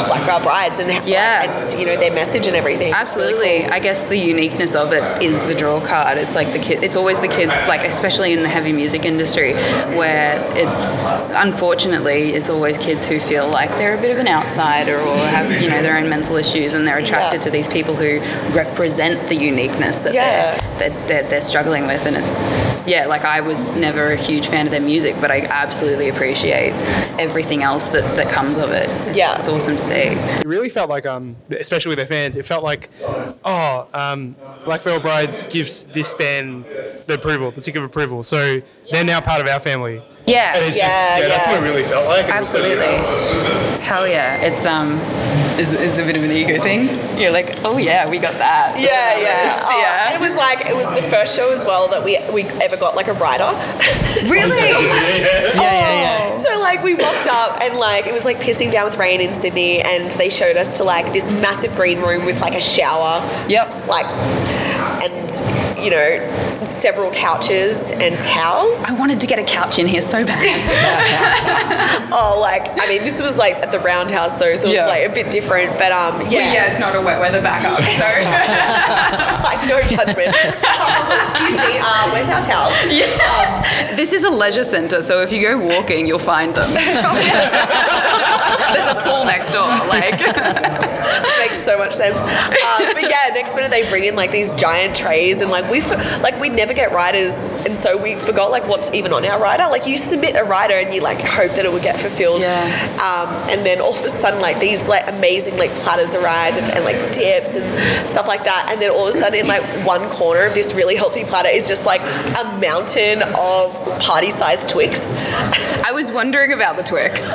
Speaker 2: black girl brides and like,
Speaker 1: Yeah.
Speaker 2: and you know their message and everything.
Speaker 1: Absolutely. I guess the uniqueness of it is the draw card. It's like the kid. It's always the kids, like especially in the heavy music industry, where it's unfortunately it's always kids who feel like they're a bit of an outsider or have you know their own mental issues, and they're attracted
Speaker 2: Yeah.
Speaker 1: to these people who represent the uniqueness that
Speaker 2: Yeah.
Speaker 1: they're, that they're they're struggling with. And it's yeah, like I was never a huge fan of their music, but I absolutely appreciate everything else that that comes of it. It's-
Speaker 2: Yeah.
Speaker 1: it's awesome to see.
Speaker 3: it really felt like, um, especially with their fans, it felt like, oh, um, Black Veil Brides gives this band the approval, the tick of approval. So they're now part of our family.
Speaker 1: Yeah.
Speaker 3: And it's
Speaker 2: Yeah,
Speaker 3: just, yeah, that's
Speaker 2: yeah.
Speaker 3: what it really felt like. It was so-
Speaker 1: Absolutely. Hell yeah. It's um
Speaker 8: It's, it's a bit of an ego thing. You're like, oh yeah, we got that.
Speaker 2: Yeah, yeah,
Speaker 8: List,
Speaker 2: Oh,
Speaker 8: yeah.
Speaker 2: And it was like it was the first show as well that we we ever got like a rider.
Speaker 8: Oh.
Speaker 1: Really?
Speaker 2: So like we walked up and like it was like pissing down with rain in Sydney, and they showed us to like this massive green room with like a shower.
Speaker 8: Yep.
Speaker 2: Like, and you know, several couches and towels.
Speaker 1: I wanted to get a couch in here so
Speaker 8: [LAUGHS]
Speaker 1: bad.
Speaker 2: Oh, like I mean, this was like at the Roundhouse though, so it
Speaker 8: Yeah.
Speaker 2: was like a bit different. But um, yeah,
Speaker 8: Yeah. it's not a wet weather backup, so.
Speaker 2: [LAUGHS] like no
Speaker 8: [LAUGHS]
Speaker 2: judgment. Um, excuse me, uh, where's our towels?
Speaker 1: [LAUGHS] This is a leisure centre, so if you go walking, you'll
Speaker 8: [LAUGHS]
Speaker 1: find them. There's a pool next door. Like, [LAUGHS]
Speaker 2: [LAUGHS] makes so much sense. Um, but yeah, next minute they bring in like these giant trays, and like we f- like we never get riders, and so we forgot like what's even on our rider. Like you submit a rider, and you like hope that it will get fulfilled.
Speaker 1: Yeah.
Speaker 2: Um, and then all of a sudden, like these like amazing like platters arrive with, and like dips and stuff like that. And then all of a sudden, in like one corner of this really healthy platter is just like a mountain of party-sized Twix.
Speaker 1: I was wondering about the Twix.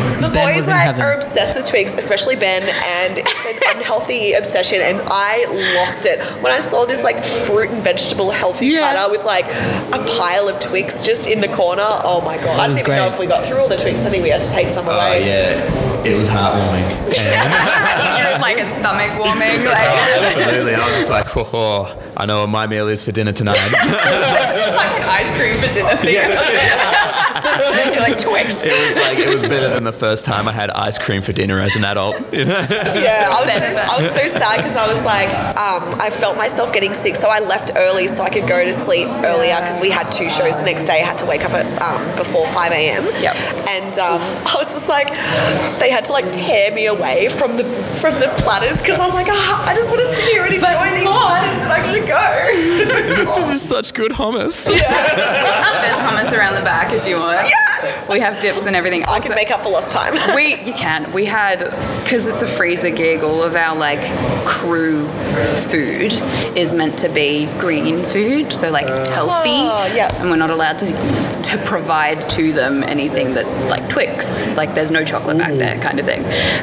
Speaker 1: [LAUGHS]
Speaker 2: The
Speaker 5: Ben
Speaker 2: boys
Speaker 5: was in
Speaker 2: like,
Speaker 5: heaven.
Speaker 2: are obsessed with Twix, especially Ben, and it's
Speaker 5: [LAUGHS]
Speaker 2: an unhealthy obsession. And I lost it when I saw this like fruit and vegetable healthy platter with like a pile of Twix just in the corner. Oh my god! I don't
Speaker 5: was
Speaker 2: even know
Speaker 5: great.
Speaker 2: if we got through all the Twix. I think we had to take some
Speaker 7: Oh,
Speaker 2: away.
Speaker 7: yeah, it was heartwarming.
Speaker 1: like, it's stomach warming.
Speaker 8: [LAUGHS]
Speaker 1: Like,
Speaker 7: Oh, absolutely. I was just like, oh, I
Speaker 4: [LAUGHS]
Speaker 7: know what my meal is for dinner tonight.
Speaker 8: Ice cream for dinner thing.
Speaker 2: You're [LAUGHS] like twigs.
Speaker 4: It was like it was better than the first time I had ice cream for dinner as an [LAUGHS] adult. You know?
Speaker 2: Yeah, I was,
Speaker 8: Better.
Speaker 2: I was so sad because I was like, um, I felt myself getting sick, so I left early so I could go to sleep earlier because we had two shows the next day. I had to wake up at um, before 5 a.m.
Speaker 8: Yep.
Speaker 2: And um, I was just like, they had to like tear me away from the from the platters because I was like, ah, I just want to sit here and enjoy these platters, but I gotta
Speaker 1: [LAUGHS]
Speaker 2: go.
Speaker 4: this is such good
Speaker 1: [LAUGHS]
Speaker 4: hummus.
Speaker 1: There's hummus around the back if you want.
Speaker 2: Yes!
Speaker 1: We have dips and everything.
Speaker 2: I can make up for lost time. [LAUGHS]
Speaker 1: we you can we had because it's a freezer gig all of our like crew food is meant to be green food so like healthy
Speaker 2: Oh, yeah.
Speaker 1: and we're not allowed to to provide to them anything that like Twix like there's no chocolate back there kind of thing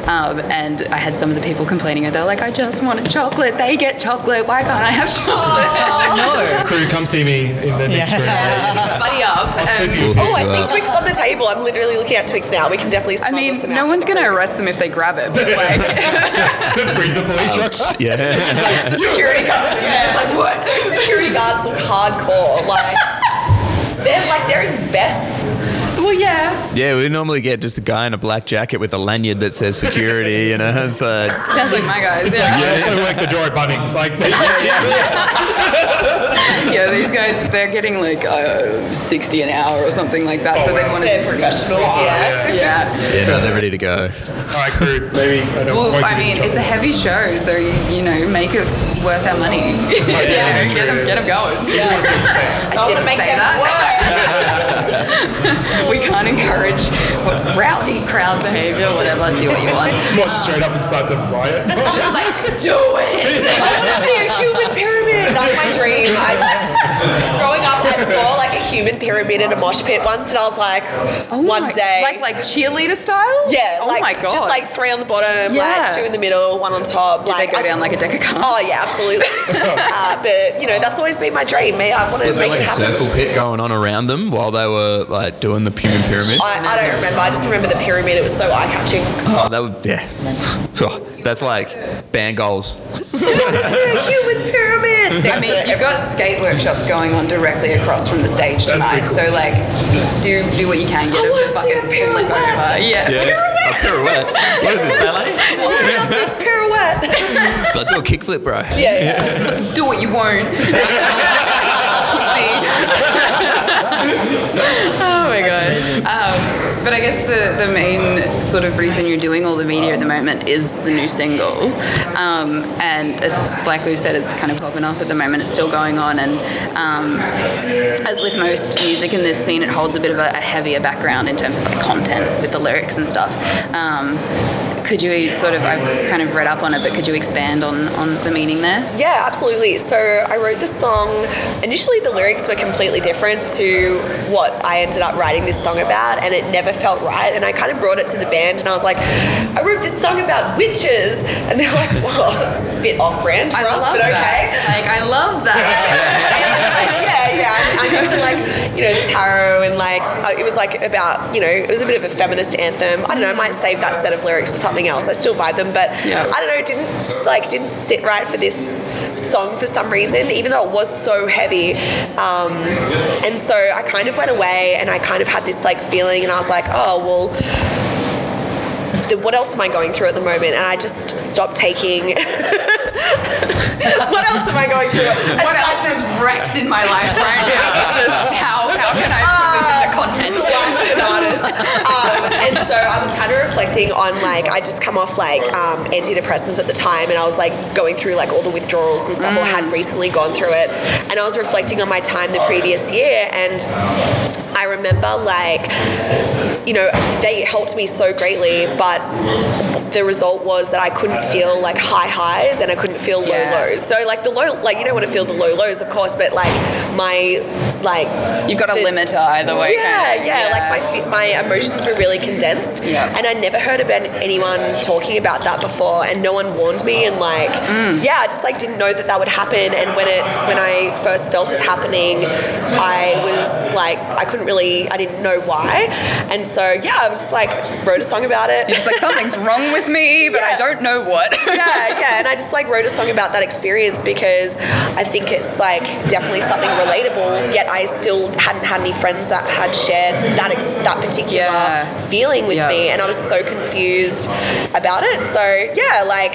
Speaker 1: um, and I had some of the people complaining and they're like I just wanted chocolate they get chocolate why can't I have [LAUGHS] chocolate
Speaker 3: Crew, come see me in the
Speaker 1: [LAUGHS]
Speaker 3: next room.
Speaker 1: buddy up and-
Speaker 2: oh, I see Twix on the table. I'm literally looking at Twix now. We can definitely.
Speaker 1: I
Speaker 2: smuggle
Speaker 1: mean,
Speaker 2: some
Speaker 1: no
Speaker 2: out.
Speaker 1: one's gonna arrest them if they grab it, but like
Speaker 3: Freezer police truck.
Speaker 4: [LAUGHS] Yeah.
Speaker 1: the security comes in, they're just like what?
Speaker 2: Those security guards look hardcore. Like they're like they're in vests.
Speaker 1: Well, yeah.
Speaker 4: Yeah, we normally get just a guy in a black jacket with a lanyard that says security, you know. It's like,
Speaker 1: Sounds like my guys. Yeah.
Speaker 3: Yeah, so like the door at Bunnings. Like, yeah,
Speaker 1: yeah, these guys, they're getting like uh, 60 an hour or something like that, so they want to
Speaker 2: They're
Speaker 1: be
Speaker 2: professionals. Yeah.
Speaker 1: Yeah.
Speaker 4: yeah, no, they're ready to go.
Speaker 3: All right, crew. Maybe I don't.
Speaker 1: Well,
Speaker 3: won't
Speaker 1: I
Speaker 3: give you
Speaker 1: mean,
Speaker 3: chocolate.
Speaker 1: it's a heavy show, so you, you know, make it worth our money. [LAUGHS] yeah, you know, get them, get 'em going. I
Speaker 2: I'm
Speaker 1: didn't
Speaker 2: gonna make
Speaker 1: say
Speaker 2: them
Speaker 1: that. [LAUGHS] we can't encourage what's rowdy crowd behavior, whatever. Do what you want.
Speaker 3: What, straight up and starts
Speaker 1: [LAUGHS]
Speaker 3: a riot.
Speaker 1: Just like
Speaker 2: Do it. I want to see a human pyramid. That's my dream. I, growing up, I saw like a human pyramid in a mosh pit once, and I was like, one
Speaker 1: Oh my-
Speaker 2: day,
Speaker 1: like like cheerleader style.
Speaker 2: yeah,
Speaker 1: oh
Speaker 2: like
Speaker 1: my god,
Speaker 2: just like three on the bottom,
Speaker 1: Yeah.
Speaker 2: like two in the middle, one on top.
Speaker 1: did
Speaker 2: like,
Speaker 1: they go
Speaker 2: I-
Speaker 1: down like a deck of cards?
Speaker 2: Oh yeah,
Speaker 1: [LAUGHS]
Speaker 2: absolutely. uh, but you know, that's always been my dream. May I want to
Speaker 4: Was there
Speaker 2: make
Speaker 4: like a
Speaker 2: it happen.
Speaker 4: circle pit going on around them while they were like doing the human pyramid?
Speaker 2: I, I don't remember. I just remember the pyramid. It was so eye catching.
Speaker 4: Oh, that would yeah. Oh, that's like band goals.
Speaker 1: human pyramid. I mean, you've got skate workshops going on directly across from the stage tonight. So like, do do what you can. Get them to fucking pull it over. Yeah.
Speaker 4: A pirouette. What is
Speaker 2: [LAUGHS]
Speaker 4: this ballet?
Speaker 1: Look at this pirouette.
Speaker 4: So I do a kickflip, bro.
Speaker 1: Do what you won't. oh my god. Um, but I guess the, the main sort of reason you're doing all the media at the moment is the new single. Um, and it's, like Lou said, it's kind of popping off at the moment. It's still going on. And um, as with most music in this scene, it holds a bit of a, a heavier background in terms of like content with the lyrics and stuff. Um, could you sort of, I've kind of read up on it, but could you expand on, on the meaning there?
Speaker 2: Yeah, absolutely. So I wrote this song. Initially, the lyrics were completely different to what I ended up writing this song about, and it never felt right. And I kind of brought it to the band, and I was like, I wrote this song about witches, and they're like, Well, it's a bit off-brand for
Speaker 1: I
Speaker 2: us,
Speaker 1: love
Speaker 2: but okay.
Speaker 1: that. Like I love that.
Speaker 2: yeah, yeah. I'm- I'm into like, you know, tarot and like, uh, it was like about, you know, it was a bit of a feminist anthem. I don't know, I might save that set of lyrics to something else. I still vibe them, but
Speaker 1: Yeah.
Speaker 2: I don't know, it didn't like, didn't sit right for this song for some reason, even though it was so heavy. Um, and so I kind of went away and I kind of had this like feeling and I was like, oh, well, the, what else am I going through at the moment? And I just stopped taking. [LAUGHS] what else am I going through?
Speaker 1: [LAUGHS] what else is wrecked in my life right [LAUGHS] now? Just how how can I put this into [LAUGHS] content?
Speaker 2: an artist. Um, and so I was kind of reflecting on like I just come off like um, antidepressants at the time, and I was like going through like all the withdrawals and stuff, or had recently gone through it, and I was reflecting on my time the previous year, and I remember like you know they helped me so greatly, but the result was that I couldn't feel like high highs and I couldn't feel low
Speaker 1: Yeah.
Speaker 2: lows. So like the low, like you don't want to feel the low lows, of course, but like my like
Speaker 1: Um, You've got a
Speaker 2: The-
Speaker 1: limiter either way.
Speaker 2: yeah,
Speaker 1: kind of.
Speaker 2: yeah, Like my fe- my emotions were really condensed,
Speaker 1: Yeah.
Speaker 2: and I never heard about anyone talking about that before, and no one warned me, and like, yeah, I just like didn't know that that would happen, and when it when I first felt it happening, I was like, I couldn't really, I didn't know why, and so yeah, I was like, wrote a song about it.
Speaker 1: You're just like something's wrong with with me, but I
Speaker 2: Yeah.
Speaker 1: don't know [LAUGHS] what.
Speaker 2: yeah, yeah. And I just like wrote a song about that experience because I think it's like definitely something relatable. Yet I still hadn't had any friends that had shared that ex- that particular
Speaker 1: Yeah.
Speaker 2: feeling with
Speaker 1: Yeah.
Speaker 2: me, and I was so confused about it. So yeah, like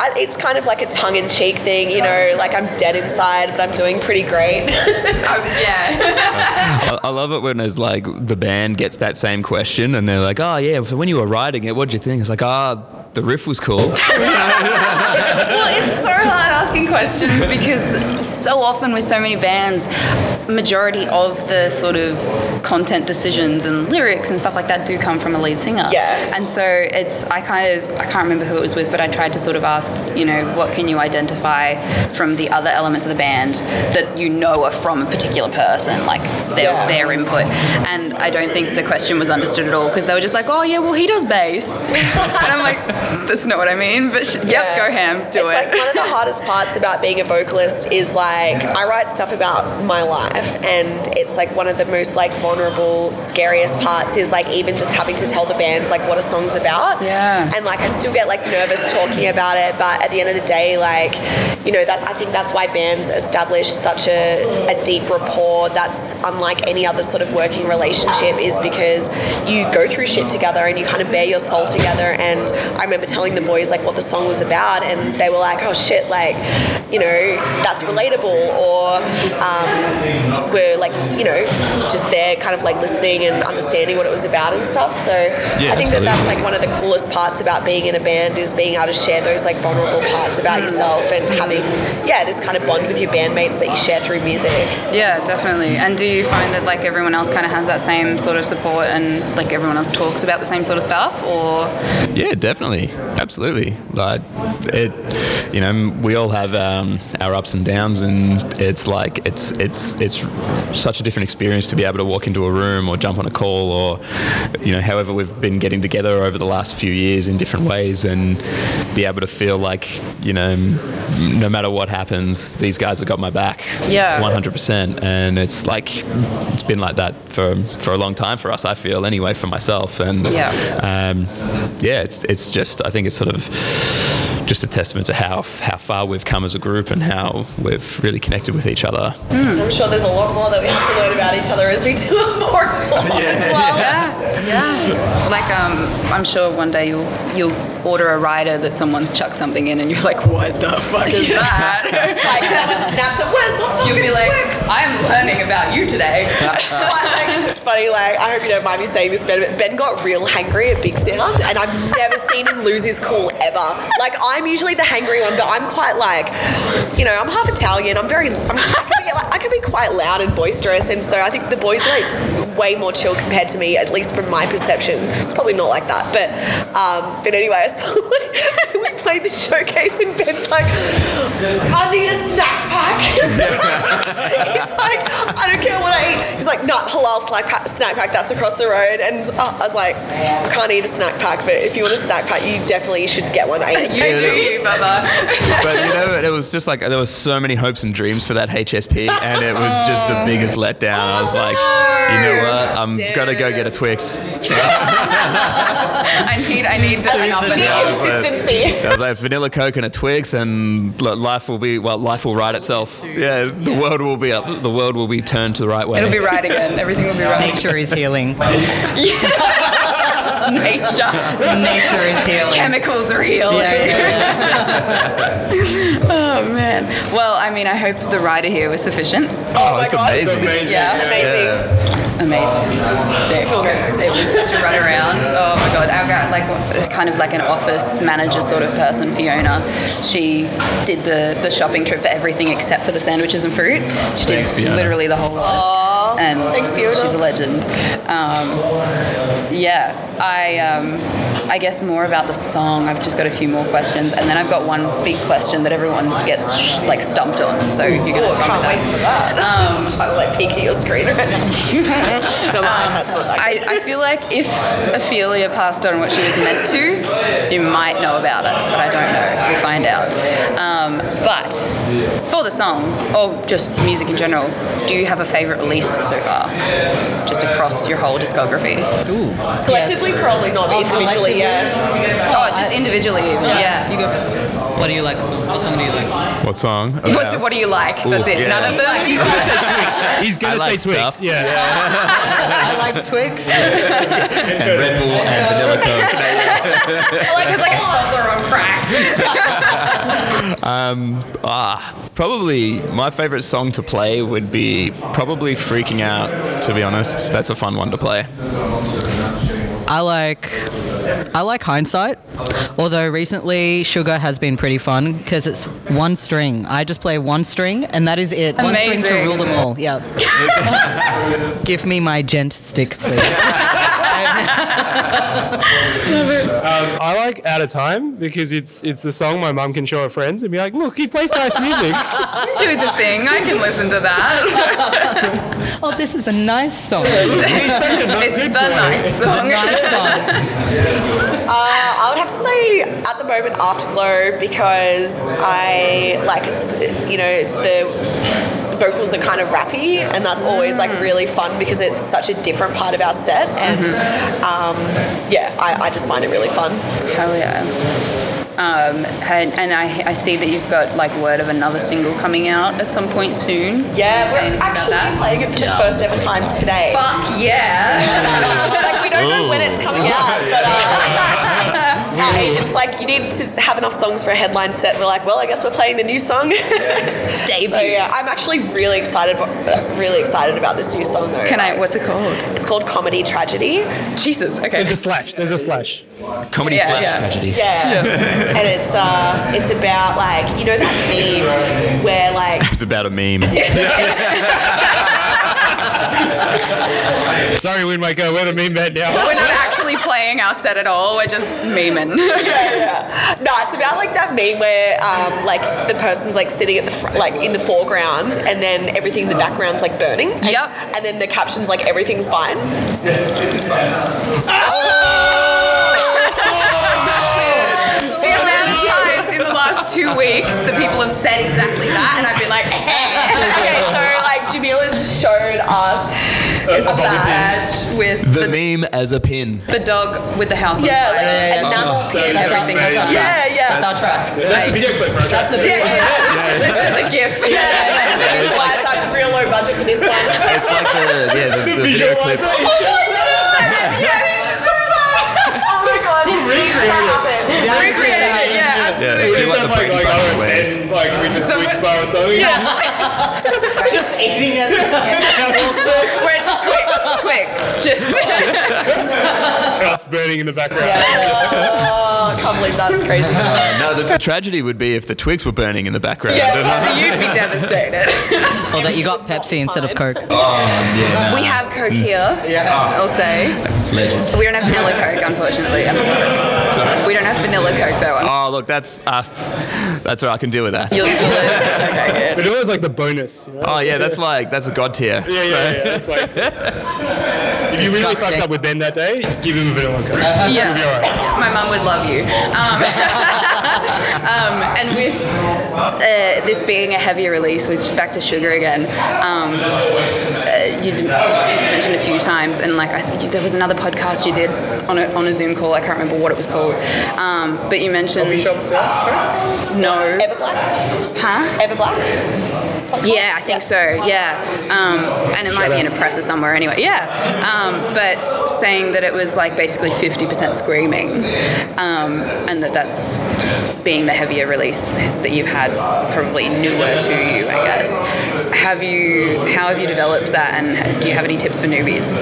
Speaker 2: I, it's kind of like a tongue in cheek thing, you know. Like I'm dead inside, but I'm doing pretty great. [LAUGHS]
Speaker 1: I- yeah.
Speaker 4: I, I love it when it's like the band gets that same question and they're like, oh, yeah, so when you were writing it, what did you think? It's like, ah, the riff was cool.
Speaker 1: Well, it's so hard asking questions because so often with so many bands, majority of the sort of content decisions and lyrics and stuff like that do come from a lead singer.
Speaker 2: Yeah.
Speaker 1: And so it's I kind of I can't remember who it was with, but I tried to sort of ask, you know, what can you identify from the other elements of the band that you know are from a particular person, like their their input. And I don't think the question was understood at all because they were just like, oh yeah, well he does bass, [LAUGHS] and I'm like, that's not what I mean. But sh- yep,
Speaker 2: Yeah.
Speaker 1: go ham, do
Speaker 2: it's
Speaker 1: it.
Speaker 2: like one of the hardest parts about being a vocalist is like I write stuff about my life, and it's like one of the most like vulnerable, scariest parts is like even just having to tell the band like what a song's about.
Speaker 1: Yeah.
Speaker 2: And like I still get like nervous talking about it, but at the end of the day, like you know that I think that's why bands establish such a, a deep rapport that's unlike any other sort of working relationship is because you go through shit together and you kind of bear your soul together. And I remember telling the boys like what the song was about, and they were like, "Oh shit, like you know that's relatable," or um, we're like you know just there, kind of like listening and understanding what it was about and stuff. So I think that that's
Speaker 4: absolutely.
Speaker 2: like like one of the coolest parts about being in a band is being able to share those like vulnerable parts about yourself and having yeah this kind of bond with your bandmates that you share through music
Speaker 1: Yeah, definitely. And do you find that like everyone else kind of has that same sort of support and like everyone else talks about the same sort of stuff or
Speaker 4: Yeah, definitely, absolutely. Like it, you know, we all have um, our ups and downs, and it's like it's it's it's such a different experience to be able to walk into a room or jump on a call or, you know, however we've been getting together over the last few years in different ways, and be able to feel like you know, no matter what happens, these guys have got my back.
Speaker 1: Yeah.
Speaker 4: one hundred percent. And it's like it's been like that for for a long time for us. I feel anyway for myself, and
Speaker 1: Yeah.
Speaker 4: um, yeah, it's it's just I think it's sort of just a testament to how how far we've come as a group and how we've really connected with each other.
Speaker 2: i'm sure there's a lot more that we have to learn about each other as we tour [LAUGHS] more and more as well
Speaker 1: yeah, yeah. Like um I'm sure one day you'll you'll order a rider that someone's chucked something in and you're like what the fuck is that?
Speaker 2: [LAUGHS] It's like someone snaps it, where's my fucking
Speaker 1: You'll be like
Speaker 2: Twix?"
Speaker 1: I'm learning about you today.
Speaker 2: Like, it's funny, like, I hope you don't mind me saying this, Ben, but Ben got real hangry at Big Sound, and I've never seen him lose his cool ever. Like, I'm usually the hangry one, but I'm quite like, you know, I'm half Italian. I'm very, I'm, I, can be, like, I can be quite loud and boisterous, and so I think the boys are like way more chill compared to me, at least from my perception. Probably not like that, but, um, but anyway, [LAUGHS] so we played the showcase, and Ben's like, I need a snack pack. [LAUGHS] He's like, I don't care what I eat. He's like, no, halal snack pack, snack pack, that's across the road. And uh, I was like, I can't eat a snack pack, but if you want a snack pack, you definitely should get one. I ate a snack
Speaker 1: you do you, Bubba.
Speaker 4: [LAUGHS] But you know, it was just like there was so many hopes and dreams for that HSP, and it was just the biggest letdown. I was like, you know what, I'm gotta go get a Twix.
Speaker 1: I need I need this
Speaker 2: pack.
Speaker 1: enough.
Speaker 2: The
Speaker 4: [LAUGHS]
Speaker 2: consistency. [LAUGHS]
Speaker 4: I was like vanilla Coke and a Twix, and li- life will be well, life will right itself. Yeah, the world will be up. The world will be turned to the right way.
Speaker 1: It'll be right again. Everything will be right.
Speaker 5: Nature is healing.
Speaker 1: [LAUGHS] Nature.
Speaker 5: Nature is healing.
Speaker 1: chemicals are real. oh man. Well, I mean, I hope the rider here was sufficient.
Speaker 4: oh, it's
Speaker 2: God, it's
Speaker 4: amazing.
Speaker 3: amazing.
Speaker 1: Yeah.
Speaker 2: Amazing.
Speaker 1: Amazing. Sick. It was such a run around. Oh my god. I've got like it's kind of like an office manager sort of person, Fiona. She did the, the shopping trip for everything except for the sandwiches and fruit. She did
Speaker 4: Thanks, Fiona.
Speaker 1: literally the whole lot. And
Speaker 2: Thanks, Fiona.
Speaker 1: she's a legend. Um, yeah. I um, I guess more about the song. I've just got a few more questions, and then I've got one big question that everyone gets sh- like stumped on. So you're gonna Um,
Speaker 2: Oh,
Speaker 1: have
Speaker 2: I
Speaker 1: fun with
Speaker 2: can't wait for that. [LAUGHS] I'm trying to like peek at your screen right
Speaker 1: [LAUGHS]
Speaker 2: now. no, my eyes, that's what that
Speaker 1: I, I feel like if Ophelia passed on what she was meant to, you might know about it, but I don't know. We'll find out. Um, but for the song, or just music in general, do you have a favourite release so far, just across your whole discography?
Speaker 5: Ooh.
Speaker 2: Collectively, probably not but
Speaker 5: Oh,
Speaker 2: individually.
Speaker 5: collectively.
Speaker 2: Yeah.
Speaker 1: Oh, just individually. Yeah.
Speaker 5: You go first. What do you like? What song do you like?
Speaker 9: What song?
Speaker 1: What's, what do you like? That's
Speaker 9: Ooh,
Speaker 1: it.
Speaker 9: yeah.
Speaker 1: None of them. [LAUGHS]
Speaker 9: He's
Speaker 4: I
Speaker 9: gonna
Speaker 4: like
Speaker 9: say Twix.
Speaker 4: stuff.
Speaker 9: Yeah.
Speaker 5: I like Twix.
Speaker 4: and Red Bull and Vanilla Coke.
Speaker 1: It's like a Toblerone crack.
Speaker 4: Ah, probably my favorite song to play would be probably Freaking Out. To be honest, that's a fun one to play.
Speaker 5: I like I like hindsight. Although recently sugar has been pretty fun because it's one string. I just play one string and that is it. One string
Speaker 1: Amazing.
Speaker 5: to rule them all. Yeah. [LAUGHS] Give me my gent stick, please.
Speaker 3: Um, I like Out of Time because it's it's the song my mum can show her friends and be like, look, he plays nice music.
Speaker 1: Do the thing. I can listen to that.
Speaker 5: [LAUGHS] oh, this is a [LAUGHS] nice song.
Speaker 3: He's such a
Speaker 1: It's the
Speaker 3: good boy.
Speaker 1: nice song.
Speaker 5: nice song.
Speaker 2: Uh, I would have to say at the moment Afterglow because I like it's you know the vocals are kind of rappy and that's always like really fun because it's such a different part of our set and um, yeah I, I just find it really fun.
Speaker 1: [LAUGHS] Hell yeah. Um, and and I, I see that you've got like word of another single coming out at some point soon. Can you
Speaker 2: Yeah, we're
Speaker 1: say anything about
Speaker 2: actually
Speaker 1: that?
Speaker 2: playing it for the first ever time today.
Speaker 1: Fuck yeah!
Speaker 2: like we don't know when it's coming out,
Speaker 1: [LAUGHS]
Speaker 2: but [LAUGHS] uh, our agent's like, you need to have enough songs for a headline set. We're like, well, I guess we're playing the new song. [LAUGHS]
Speaker 1: Debut.
Speaker 2: So yeah, I'm actually really excited, really excited about this new song though.
Speaker 1: Can I? What's it called?
Speaker 2: It's called Comedy Tragedy.
Speaker 1: Jesus.
Speaker 3: There's
Speaker 1: Okay.
Speaker 3: a slash. There's a slash.
Speaker 4: Comedy
Speaker 1: Yeah,
Speaker 4: slash
Speaker 1: yeah.
Speaker 4: tragedy.
Speaker 2: Yeah. and it's uh, it's about like you know that meme where like [LAUGHS]
Speaker 4: It's about a meme.
Speaker 3: Sorry, Windmaker, we're the meme band now. [LAUGHS]
Speaker 1: We're not actually playing our set at all. We're just memeing.
Speaker 2: yeah. No, it's about like that meme where um, like the person's like sitting at the fr- like in the foreground, and then everything in the background's like burning. And,
Speaker 1: Yep.
Speaker 2: And then the captions like everything's fine.
Speaker 1: the amount of times in the last two weeks that people have said exactly that, and I've been like,
Speaker 2: okay, so like Jamila's just showed us.
Speaker 1: it's a badge with
Speaker 4: The
Speaker 1: the,
Speaker 4: meme as a pin.
Speaker 1: the dog with the house on
Speaker 2: Yeah, like
Speaker 1: fire.
Speaker 5: yeah,
Speaker 2: a
Speaker 5: yeah.
Speaker 2: enamel pin.
Speaker 5: That's our,
Speaker 1: Everything
Speaker 5: that's
Speaker 1: is-
Speaker 5: our track.
Speaker 2: Yeah, yeah.
Speaker 5: That's our track.
Speaker 3: That's the video clip for our track.
Speaker 5: That's the
Speaker 1: Yeah,
Speaker 5: big one.
Speaker 1: yeah, [LAUGHS] It's just a gift.
Speaker 2: Yeah, just to visualize that's real low budget for this one.
Speaker 4: It's like the, yeah, the, the video clip.
Speaker 2: Oh my god, this needs to happen.
Speaker 1: Recreated, yeah,
Speaker 4: Yeah,
Speaker 1: absolutely.
Speaker 4: they do
Speaker 3: Just
Speaker 4: like the
Speaker 3: have like,
Speaker 4: Breaking
Speaker 3: like,
Speaker 4: Bad
Speaker 3: oh,
Speaker 4: ways.
Speaker 3: and, like with the
Speaker 1: So-
Speaker 3: Twix bar or something.
Speaker 5: Just aiming at
Speaker 1: We're to Twix, [LAUGHS] Twix. Just
Speaker 3: Us burning in the background.
Speaker 2: Oh, I can't believe that's crazy.
Speaker 4: Uh, no, the tragedy would be if the twigs were burning in the background.
Speaker 1: you'd be devastated.
Speaker 5: Or Oh, that you got Pepsi instead of Coke.
Speaker 1: We have Coke here. Yeah, I'll say.
Speaker 4: Legend.
Speaker 1: We don't have vanilla Coke, unfortunately. I'm sorry.
Speaker 4: So,
Speaker 1: We don't have vanilla Coke though.
Speaker 4: oh, look, that's uh, [LAUGHS] that's all I can deal with that.
Speaker 1: You'll, you'll okay, good.
Speaker 3: But it was like the bonus. You know?
Speaker 4: Oh yeah, that's like that's a god tier.
Speaker 3: Yeah, yeah, yeah. It's [LAUGHS] like if you really fucked
Speaker 5: Disgusting.
Speaker 3: up with Ben that day, give him a vanilla coke.
Speaker 1: Yeah.
Speaker 3: You'll be all right.
Speaker 1: [LAUGHS] My mum would love you. Um, [LAUGHS] um, and with uh, this being a heavy release, with back to sugar again, um, uh, you mentioned a few times, and like I think you- there was another podcast you did on a, on a Zoom call. I can't remember what it was called, um, but you mentioned no,
Speaker 2: Everblack?
Speaker 1: huh?
Speaker 2: Everblack?
Speaker 1: Yeah, I think so. Yeah, um, and it might be in a presser somewhere anyway. Yeah, um, but saying that it was like basically fifty percent screaming, um, and that that's being the heavier release that you've had, probably newer to you, I guess. Have you? How have you developed that? And do you have any tips for newbies?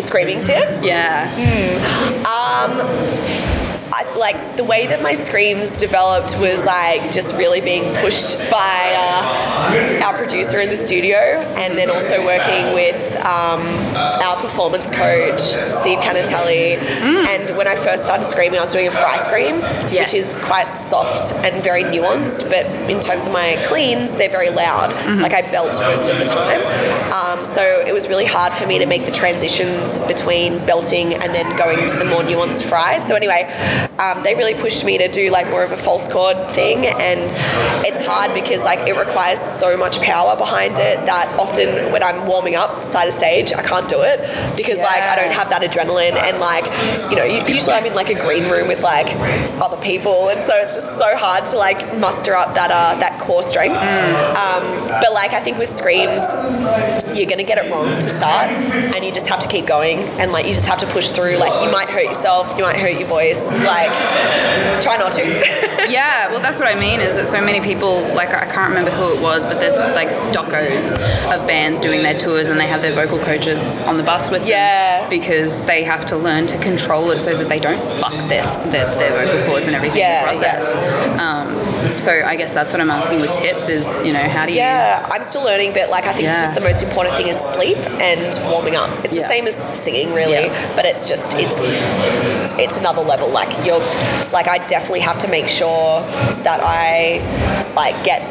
Speaker 2: Screaming tips?
Speaker 1: Yeah,
Speaker 2: I, like the way that my screams developed was like just really being pushed by uh, our producer in the studio and then also working with um, our performance coach steve canatelli and when i first started screaming i was doing a fry scream
Speaker 1: Yes.
Speaker 2: which is quite soft and very nuanced but in terms of my cleans they're very loud like i belt most of the time um, so it was really hard for me to make the transitions between belting and then going to the more nuanced fries so anyway um, they really pushed me to do like more of a false chord thing, and it's hard because like it requires so much power behind it that often when I'm warming up side of stage, I can't do it because like I don't have that adrenaline and like you know u- usually I'm in like a green room with like other people, and so it's just so hard to like muster up that uh, that core strength. Um, but like I think with screams, you're gonna get it wrong to start, and you just have to keep going, and like you just have to push through. Like you might hurt yourself, you might hurt your voice. Like try not to. [LAUGHS]
Speaker 1: Yeah, well, that's what I mean. Is that so many people? Like, I can't remember who it was, but there's like docos of bands doing their tours, and they have their vocal coaches on the bus with
Speaker 2: Yeah.
Speaker 1: them because they have to learn to control it so that they don't fuck this their, their vocal cords and everything in
Speaker 2: Yeah,
Speaker 1: the process. Um, so I guess that's what I'm asking with tips is you know how do you
Speaker 2: yeah, I'm still learning, but like I think
Speaker 1: Yeah.
Speaker 2: just the most important thing is sleep and warming up. It's the
Speaker 1: Yeah.
Speaker 2: same as singing, really,
Speaker 1: Yeah.
Speaker 2: but it's just it's it's another level. Like you're like I definitely have to make sure that I like get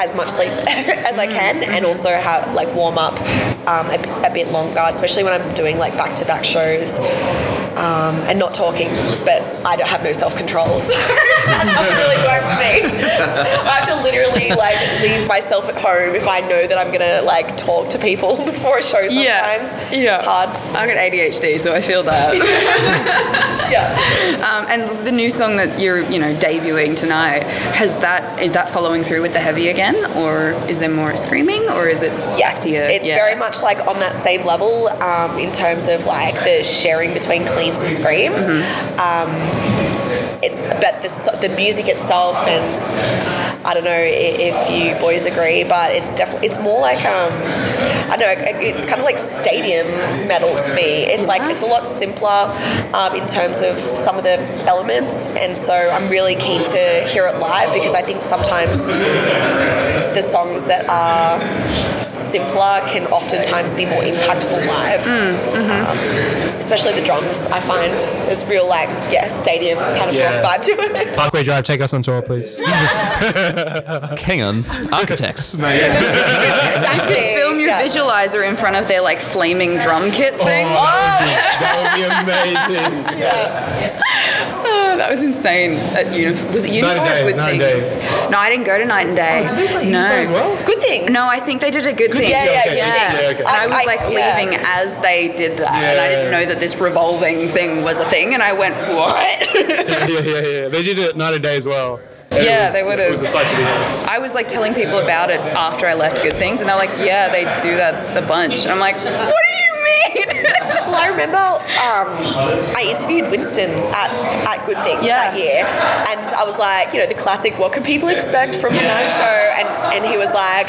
Speaker 2: as much sleep [LAUGHS] as
Speaker 1: Mm-hmm.
Speaker 2: I can, and also have like warm up um, a, a bit longer, especially when I'm doing like back to back shows. Um, and not talking, but I don't have no self control, [LAUGHS] so that doesn't really work for me. [LAUGHS] I have to literally like leave myself at home if I know that I'm gonna like talk to people [LAUGHS] before a show. Sometimes
Speaker 1: Yeah.
Speaker 2: it's hard.
Speaker 1: I've got ADHD, so I feel that.
Speaker 2: Yeah.
Speaker 1: um, and the new song that you're, you know, debuting tonight has that is that following through with the heavy again, or is there more screaming, or is it?
Speaker 2: Yes,
Speaker 1: to you?
Speaker 2: it's
Speaker 1: Yeah.
Speaker 2: very much like on that same level um, in terms of like the sharing between cleans and screams.
Speaker 1: Mm-hmm.
Speaker 2: Um, it's but the so- the music itself, and I don't know i- if you boys agree, but it's definitely it's more like um, I don't know it's kind of like stadium metal to me. It's like it's a lot simpler um, in terms of some of the elements, and so I'm really keen to hear it live because I think sometimes the songs that are simpler can oftentimes be more impactful live.
Speaker 1: Mm, mm-hmm.
Speaker 2: Um, especially the drums, I find there's real like yeah stadium kind of
Speaker 3: Yeah.
Speaker 2: rock vibe to
Speaker 3: [LAUGHS]
Speaker 2: it.
Speaker 3: Parkway Drive, take us on tour, please.
Speaker 4: Hang on, architects.
Speaker 2: exactly.
Speaker 1: Film your
Speaker 2: Yeah.
Speaker 1: visualizer in front of their like flaming drum kit thing.
Speaker 3: that Oh, would be
Speaker 1: [LAUGHS]
Speaker 3: amazing.
Speaker 1: Oh, that was insane. At Unif- was it
Speaker 3: Night and
Speaker 1: Unifor
Speaker 3: Day, Oh,
Speaker 1: Good
Speaker 3: Night and
Speaker 1: Things? No, I didn't go to Night and Day. no.
Speaker 3: as well?
Speaker 2: Good thing.
Speaker 1: No, I think they did a good, thing.
Speaker 2: Yeah, yeah,
Speaker 3: Okay,
Speaker 1: yeah.
Speaker 3: good thing, yeah, okay.
Speaker 1: And I was
Speaker 2: I-
Speaker 1: like
Speaker 2: I- yeah.
Speaker 1: leaving as they did that, and I didn't
Speaker 3: Yeah.
Speaker 1: know that this revolving thing was a thing, and I went, "What?"
Speaker 3: yeah, yeah, yeah. They did it night and day as well. And
Speaker 1: Yeah,
Speaker 3: it was,
Speaker 1: they would've.
Speaker 3: It was a sight to be.
Speaker 1: I was like telling people about it after I left Good Things, and they're like, "Yeah, they do that a bunch." And I'm like, "What do you mean?" [LAUGHS]
Speaker 2: Well, I remember um, I interviewed Winston at, at Good Things
Speaker 1: Yeah.
Speaker 2: that year, and I was like, you know, the classic, what can people expect from tonight's show? And, and he was like,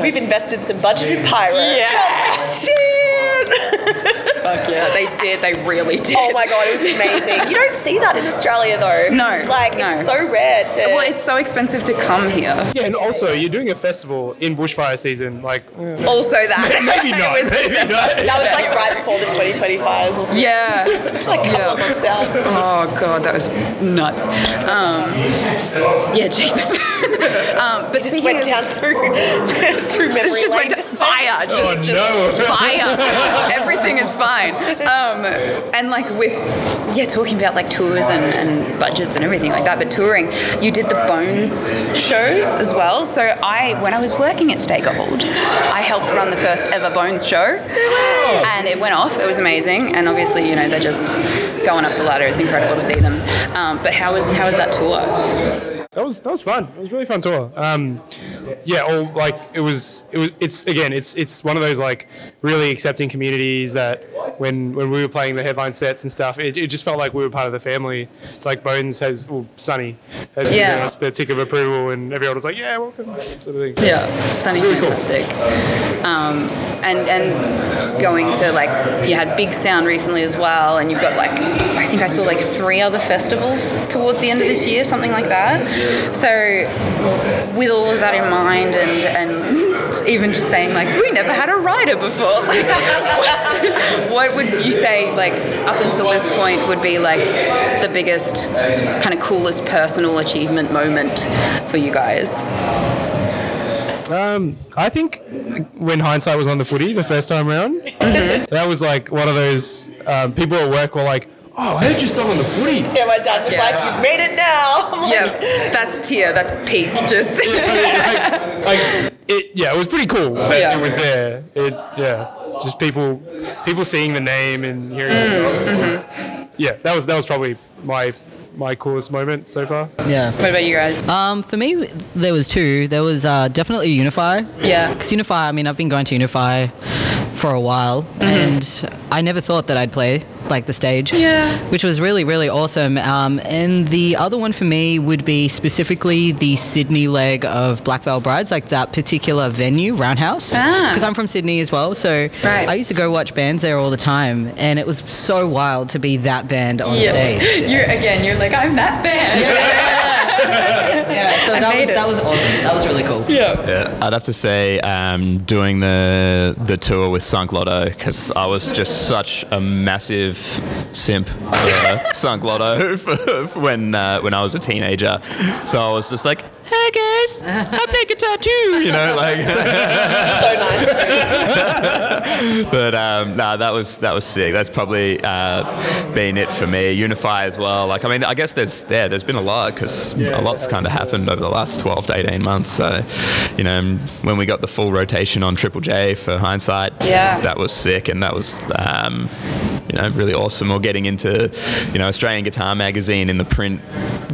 Speaker 2: we've invested some budget in Pyro. And I was like, shit.
Speaker 1: [LAUGHS] Fuck yeah, they did. They really did.
Speaker 2: Oh my god, it was amazing. you don't see that in Australia though.
Speaker 1: No,
Speaker 2: Like
Speaker 1: no.
Speaker 2: it's so rare to
Speaker 1: Well, it's so expensive to come here.
Speaker 3: Yeah, and also you're doing a festival in bushfire season. Like [LAUGHS] eh,
Speaker 1: Also that.
Speaker 3: [LAUGHS] maybe not,
Speaker 1: It was
Speaker 3: maybe not.
Speaker 2: that was like right before the 2020 fires or something.
Speaker 1: Yeah.
Speaker 2: It's like a couple of months out.
Speaker 1: Oh god, that was nuts. Um, yeah, Jesus. [LAUGHS] um, but
Speaker 2: Just went down through [LAUGHS] through memory
Speaker 1: This just
Speaker 2: lane.
Speaker 1: went to fire. Just,
Speaker 3: Oh,
Speaker 1: just
Speaker 3: no.
Speaker 1: [LAUGHS] fire. Everything is fine. Um, and like with yeah, talking about like tours and, and budgets and everything like that. But touring, you did the Bones shows as well. So I, when I was working at Stakehold, I helped run the first ever Bones show, and it went off. It was amazing. And obviously, you know, they're just going up the ladder. It's incredible to see them. Um, but how was how was that tour?
Speaker 3: that was that was fun. It was a really fun tour. Um, yeah, all like it was it was it's again it's it's one of those like really accepting communities that when when we were playing the headline sets and stuff, it, it just felt like we were part of the family. It's like Bones has well, Sunny has
Speaker 1: Yeah.
Speaker 3: given us their tick of approval, and everyone was like, yeah, welcome, sort of thing. So,
Speaker 1: Yeah, Sunny's
Speaker 3: Really cool.
Speaker 1: fantastic. Um, and and going to like you had Big Sound recently as well, and you've got like I think I saw like three other festivals towards the end of this year, something like that. So with all of that in mind, and and [LAUGHS] even just saying like we never had a rider before, [LAUGHS] like what's, what would you say like up until this point would be like the biggest kind of coolest personal achievement moment for you guys?
Speaker 3: Um, I think when hindsight was on the footy the first time round, that was like one of those um, people at work were like, oh, I heard you sung on the footy.
Speaker 2: Yeah, my dad was like, "You've made it now." [LAUGHS] I'm like,
Speaker 1: yeah, that's tier. That's peak. [LAUGHS] Just
Speaker 3: like, like it, yeah, it was pretty cool that
Speaker 1: Yeah.
Speaker 3: it was there. It, yeah, just people, people seeing the name and hearing the song. was- Yeah, that was that was probably my my coolest moment so far.
Speaker 5: Yeah.
Speaker 1: what about you guys?
Speaker 5: Um, for me, there was two. There was uh, definitely Unify.
Speaker 1: Yeah.
Speaker 5: Because Unify, I mean, I've been going to Unify for a while,
Speaker 1: Mm-hmm.
Speaker 5: and I never thought that I'd play like the stage.
Speaker 1: Yeah.
Speaker 5: Which was really, really awesome. Um, and the other one for me would be specifically the Sydney leg of Black Veil Brides, like that particular venue, Roundhouse.
Speaker 1: Ah.
Speaker 5: Because I'm from Sydney as well, so
Speaker 1: Right.
Speaker 5: I used to go watch bands there all the time, and it was so wild to be that band on
Speaker 1: [LAUGHS]
Speaker 5: stage.
Speaker 1: You're again. You're like, I'm that band.
Speaker 5: Yeah, so that
Speaker 1: made
Speaker 5: was
Speaker 1: it.
Speaker 5: that was awesome. That was really cool.
Speaker 4: Yeah, I'd have to say um, doing the the tour with Sunk Lotto because I was just such a massive simp [LAUGHS] for Sunk Lotto for, for when uh, when I was a teenager. So I was just like, "Hey guys, I play guitar too," you know, like.
Speaker 2: so nice.
Speaker 4: but um, no, that was that was sick. That's probably uh, been it for me. Unify as well. Like I mean, I guess there's yeah, there's been a lot because a lot's kind of happened over the last 12 to 18 months. So you know, when we got the full rotation on Triple J for hindsight,
Speaker 1: Yeah.
Speaker 4: that was sick, and that was. Um, you know, really awesome. Or getting into, you know, Australian Guitar Magazine in the print,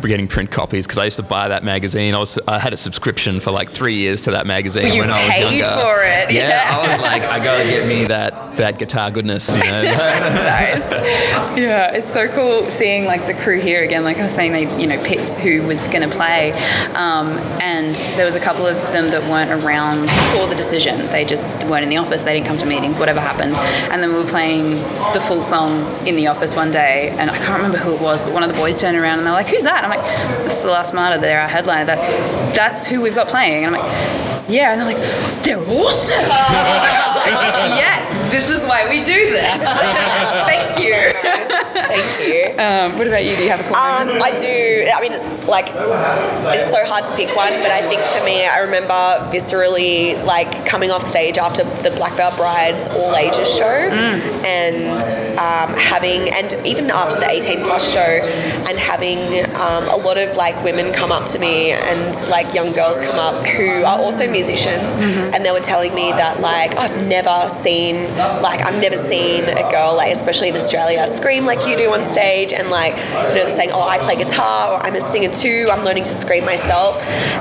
Speaker 4: getting print copies because I used to buy that magazine. I was, I had a subscription for like three years to that magazine
Speaker 1: You
Speaker 4: when I was
Speaker 1: paid
Speaker 4: younger.
Speaker 1: for it,
Speaker 4: yeah, I was like, I gotta get me that that guitar goodness,
Speaker 1: [LAUGHS]
Speaker 4: you know.
Speaker 1: nice. Yeah, it's so cool seeing like the crew here again. Like I was saying, they you know picked who was going to play, um, and there was a couple of them that weren't around for the decision. They just weren't in the office. They didn't come to meetings. Whatever happened, and then we were playing the full song in the office one day, and I can't remember who it was, but one of the boys turned around and they're like, "Who's that?" And I'm like, "This is the last martyr. They're our headliner. That that's who we've got playing." And I'm like, "Yeah," and they're like, "They're awesome." [LAUGHS] And I was like, yes, this is why we do [LAUGHS] this.
Speaker 2: Thank you.
Speaker 1: [LAUGHS]
Speaker 2: Thank you.
Speaker 1: Um, what about you? Do you have a cool
Speaker 2: Um,
Speaker 1: moment?
Speaker 2: I do. I mean, it's like it's so hard to pick one, but I think for me, I remember viscerally like coming off stage after the Black Veil Brides all ages show,
Speaker 1: Mm.
Speaker 2: and um, having and even after the eighteen plus show, and having um, a lot of like women come up to me and like young girls come up who are also musicians, and they were telling me that like I've never seen like I've never seen a girl like especially in Australia scream like you do on stage and like you know they're saying oh I play guitar or I'm a singer too I'm learning to scream myself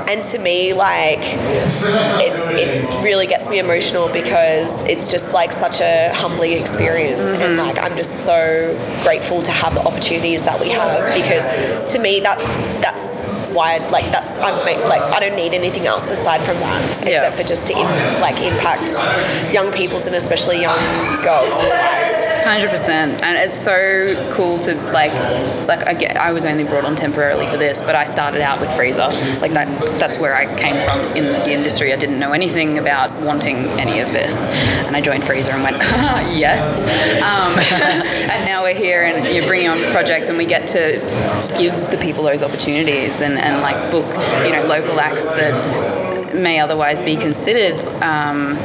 Speaker 2: and to me like it, it really gets me emotional because it's just like such a humbling experience
Speaker 1: Mm-hmm.
Speaker 2: and like I'm just so grateful to have the opportunities that we have because to me that's that's why like that's I'm ma- like I don't need anything else aside from that
Speaker 1: Yeah.
Speaker 2: except for just to in, like impact young people's and especially young girls' lives.
Speaker 1: Hundred percent, and it's so cool to like, like I get, I was only brought on temporarily for this, but I started out with Freezer, like that. That's where I came from in the industry. I didn't know anything about wanting any of this, and I joined Freezer and went, [LAUGHS] yes. Um, [LAUGHS] and now we're here, and you're bringing on projects, and we get to give the people those opportunities, and and like book, you know, local acts that may otherwise be considered. Um,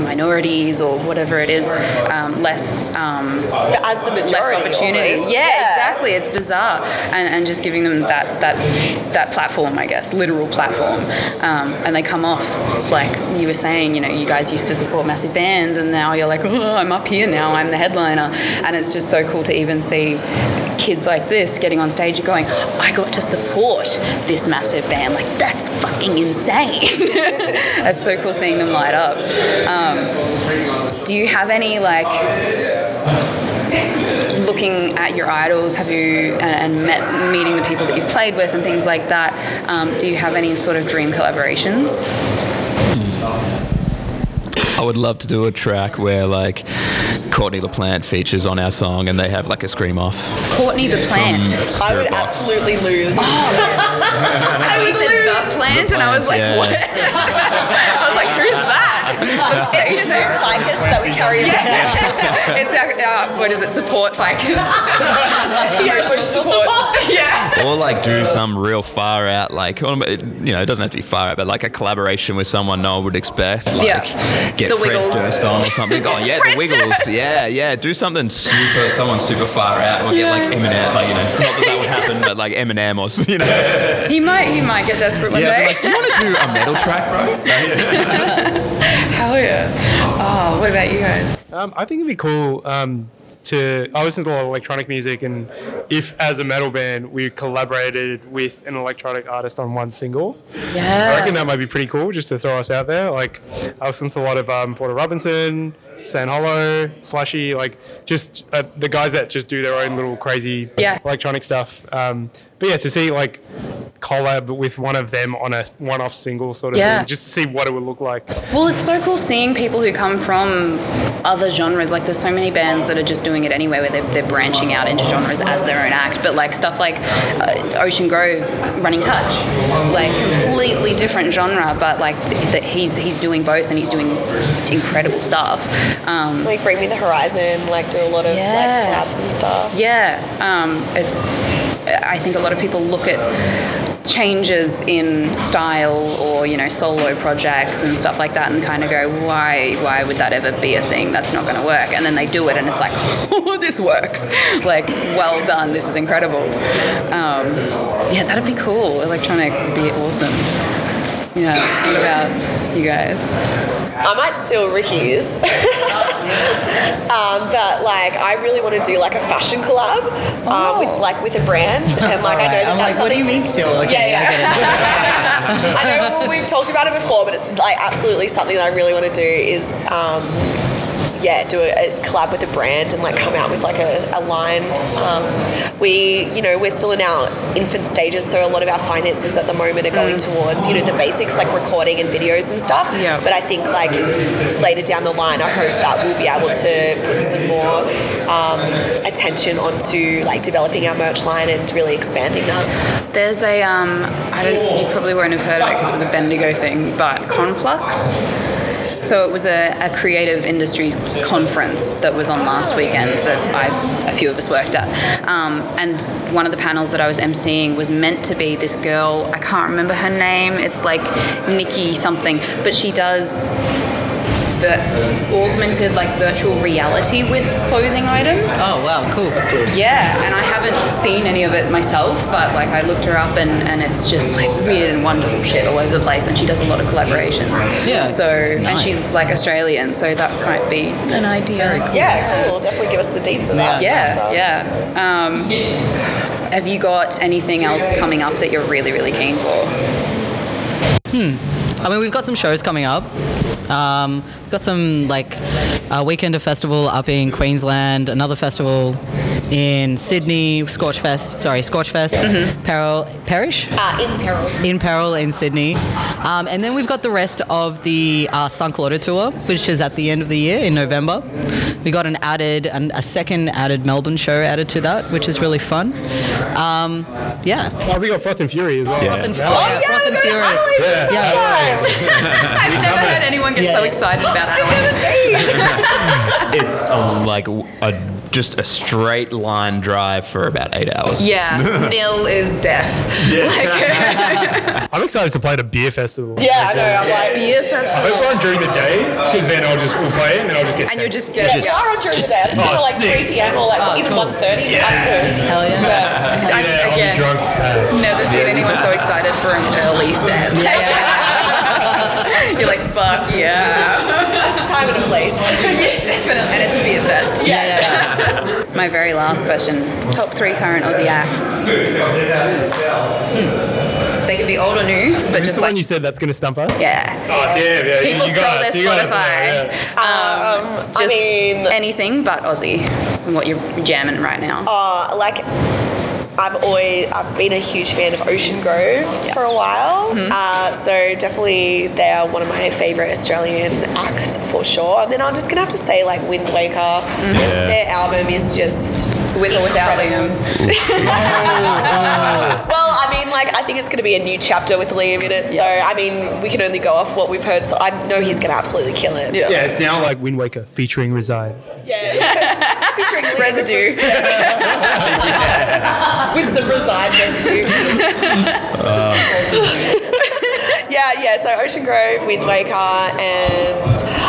Speaker 1: minorities or whatever it is, um, less um,
Speaker 2: But as the majority,
Speaker 1: less opportunity.
Speaker 2: almost.
Speaker 1: Yeah, exactly. It's bizarre, and, and just giving them that that that platform, I guess, literal platform, um, and they come off like you were saying. You know, you guys used to support massive bands, and now you're like, oh, I'm up here now. I'm the headliner, and it's just so cool to even see kids like this getting on stage and going, I got to support this massive band. Like that's fucking insane. [LAUGHS] That's so cool seeing them light up. Um, do you have any like looking at your idols have you and, and met meeting the people that you've played with and things like that um, do you have any sort of dream collaborations
Speaker 4: I would love to do a track where like Courtney LaPlante features on our song and they have like a scream off.
Speaker 1: courtney the
Speaker 4: from [LAUGHS]
Speaker 1: plant
Speaker 4: Spirit
Speaker 2: I would
Speaker 4: Box.
Speaker 2: absolutely lose.
Speaker 1: i thought you said the plant and i was like
Speaker 4: Yeah.
Speaker 1: what i was like who's that
Speaker 2: It's just those bikers that we carry around.
Speaker 1: [LAUGHS] it's our, our what is it? Support bikers. Emotional support. [LAUGHS] yeah.
Speaker 4: [LAUGHS] or like do some real far out like um, it- you know it doesn't have to be far out but like a collaboration with someone no one would expect like
Speaker 1: Yeah.
Speaker 4: get
Speaker 1: The
Speaker 4: Fred
Speaker 1: Wiggles.
Speaker 4: Durst on or something oh yeah the Wiggles yeah yeah do something super someone super far out or get like Eminem like you know not that that would happen but like Eminem or s- you know
Speaker 1: He might he might get desperate one
Speaker 4: yeah
Speaker 1: day.
Speaker 4: be like do you want to do a metal track
Speaker 1: [LAUGHS]
Speaker 4: bro
Speaker 1: Hell yeah. [LAUGHS] Oh, what about you guys?
Speaker 3: Um, I think it'd be cool um, to. I listen to a lot of electronic music, and if as a metal band we collaborated with an electronic artist on one single,
Speaker 1: Uh,
Speaker 3: I reckon that might be pretty cool. Just to throw us out there, like I listen to a lot of um, Porter Robinson, San Hollow, Slushy, like just uh, the guys that just do their own little crazy
Speaker 1: Yeah.
Speaker 3: electronic stuff. Um, but yeah, to see like collab with one of them on a one-off single sort of
Speaker 1: Yeah.
Speaker 3: thing, just to see what it would look like.
Speaker 1: Well, it's so cool seeing people who come from other genres. Like, there's so many bands that are just doing it anyway, where they're, they're branching out into genres as their own act. But, like, stuff like uh, Ocean Grove, Running Touch, like, completely different genre, but, like, th- that he's he's doing both and he's doing incredible stuff. Um,
Speaker 2: Like bring me the horizon. Like do a lot of
Speaker 1: Yeah.
Speaker 2: like collabs and stuff.
Speaker 1: Yeah, um, it's. I think a lot of people look at changes in style or you know solo projects and stuff like that, and kind of go, why why would that ever be a thing? That's not going to work. And then they do it, and it's like, oh, [LAUGHS] this works. Like, well done. This is incredible. Um, yeah, that'd be cool. Electronic would be awesome. Yeah. What about you guys?
Speaker 2: I might steal Ricky's. [LAUGHS] um, but like, I really want to do like a fashion collab um, with like with a
Speaker 5: [LAUGHS]
Speaker 2: brand, and like I know that
Speaker 5: Oh. I'm
Speaker 2: that's
Speaker 5: like, what do you
Speaker 2: something-
Speaker 5: mean still? Okay,
Speaker 2: Yeah,
Speaker 5: I get it.
Speaker 2: yeah. [LAUGHS] I know well, we've talked about it before, but it's like absolutely something that I really want to do is. Um, yeah, do a, a collab with a brand and like come out with like a, a line. Um, we, you know, we're still in our infant stages, so a lot of our finances at the moment are going towards, you know, the basics like recording and videos and stuff.
Speaker 1: Yeah.
Speaker 2: But I think like later down the line, I hope that we'll be able to put some more um, attention onto like developing our merch line and really expanding that.
Speaker 1: There's a, um, I don't, you probably won't have heard of it because it was a Bendigo thing, but Conflux. So it was a, a creative industries conference that was on last weekend that I, a few of us worked at. Um, and one of the panels that I was emceeing was meant to be this girl, I can't remember her name, it's like Nikki something, but she does the augmented like virtual reality with clothing items.
Speaker 5: Oh wow, cool.
Speaker 1: Yeah, and I haven't seen any of it myself, but like I looked her up and, and it's just like weird and wonderful shit all over the place and she does a lot of collaborations.
Speaker 5: Yeah,
Speaker 1: So and
Speaker 5: nice.
Speaker 1: she's like Australian, so that might be an idea.
Speaker 2: Yeah, cool. Definitely give us the dates of that.
Speaker 1: Yeah, yeah. Um, have you got anything else coming up that you're really, really keen for?
Speaker 5: I mean, we've got some shows coming up. Um, we've got some like a weekend of festival up in Queensland, another festival in Sydney, Scorch Fest. Sorry, Scorch Fest. Peril, Parish
Speaker 2: Mm-hmm. Uh, in peril.
Speaker 5: in Peril in Sydney, um, and then we've got the rest of the uh, Sunk Lauder tour, which is at the end of the year in November. We got an added, an, a second added Melbourne show added to that, which is really fun. Um, yeah.
Speaker 3: Oh, we got Froth and Fury as well.
Speaker 5: Froth and,
Speaker 3: Yeah.
Speaker 5: oh, yeah, Froth and Fury.
Speaker 2: yeah.
Speaker 1: [LAUGHS] I've never heard anyone get so
Speaker 5: yeah.
Speaker 1: excited about Adelaide.
Speaker 4: it's a, like a just a straight line drive for about eight hours
Speaker 1: Yeah, nil is death. [LAUGHS]
Speaker 3: I'm excited to play at a beer festival.
Speaker 2: Yeah, I know. I'm like,
Speaker 1: Beer festival.
Speaker 3: I hope one during the day because then I'll just we'll play it and then I'll just get.
Speaker 1: And you're just
Speaker 2: yeah,
Speaker 1: getting
Speaker 2: yeah, I don't drink
Speaker 4: just
Speaker 2: that.
Speaker 4: send
Speaker 2: Kind
Speaker 3: it.
Speaker 2: of like
Speaker 3: Oh, sick.
Speaker 2: 3 p.m. or like even
Speaker 5: cool.
Speaker 2: 1.30. Yeah.
Speaker 5: Hell
Speaker 2: [LAUGHS]
Speaker 5: yeah.
Speaker 3: yeah, I'll
Speaker 1: again.
Speaker 3: be drunk. Uh,
Speaker 1: Never seen anyone so excited for an early set. [LAUGHS] You're like, fuck
Speaker 3: [LAUGHS]
Speaker 1: yeah.
Speaker 2: That's a time and a place.
Speaker 1: yeah, definitely. And it's a beer fest.
Speaker 5: Yeah, yeah,
Speaker 1: [LAUGHS]
Speaker 5: yeah.
Speaker 1: My very last question top three current Aussie acts. Hmm. They could be old or new, but
Speaker 3: is this
Speaker 1: just
Speaker 3: the
Speaker 1: like,
Speaker 3: one you said that's going to stump us?
Speaker 1: yeah.
Speaker 3: Oh damn! Yeah,
Speaker 1: People
Speaker 3: you
Speaker 1: scroll
Speaker 3: got
Speaker 1: their
Speaker 3: us, you got us,
Speaker 1: Spotify.
Speaker 3: yeah.
Speaker 2: Um, I
Speaker 1: Just
Speaker 2: mean,
Speaker 1: Oh, anything but Aussie, what you're jamming right now.
Speaker 2: uh, like I've always I've been a huge fan of Ocean Grove for a while,
Speaker 1: Mm-hmm.
Speaker 2: uh, so definitely they are one of my favourite Australian acts for sure. And then I'm just gonna have to say like Wind Waker. Their album is just
Speaker 1: Mm-hmm. With or without
Speaker 2: incredible.
Speaker 1: Liam.
Speaker 2: Well, I mean, like I think it's gonna be a new chapter with Liam in it. So I mean, we can only go off what we've heard. So I know he's gonna absolutely kill it. Yeah,
Speaker 3: Yeah, it's now like Wind Waker featuring Resign.
Speaker 2: [LAUGHS] Featuring Liam
Speaker 1: Residue.
Speaker 2: with some resigned residue. [LAUGHS] yeah, yeah. So Ocean Grove, Wind Waker, and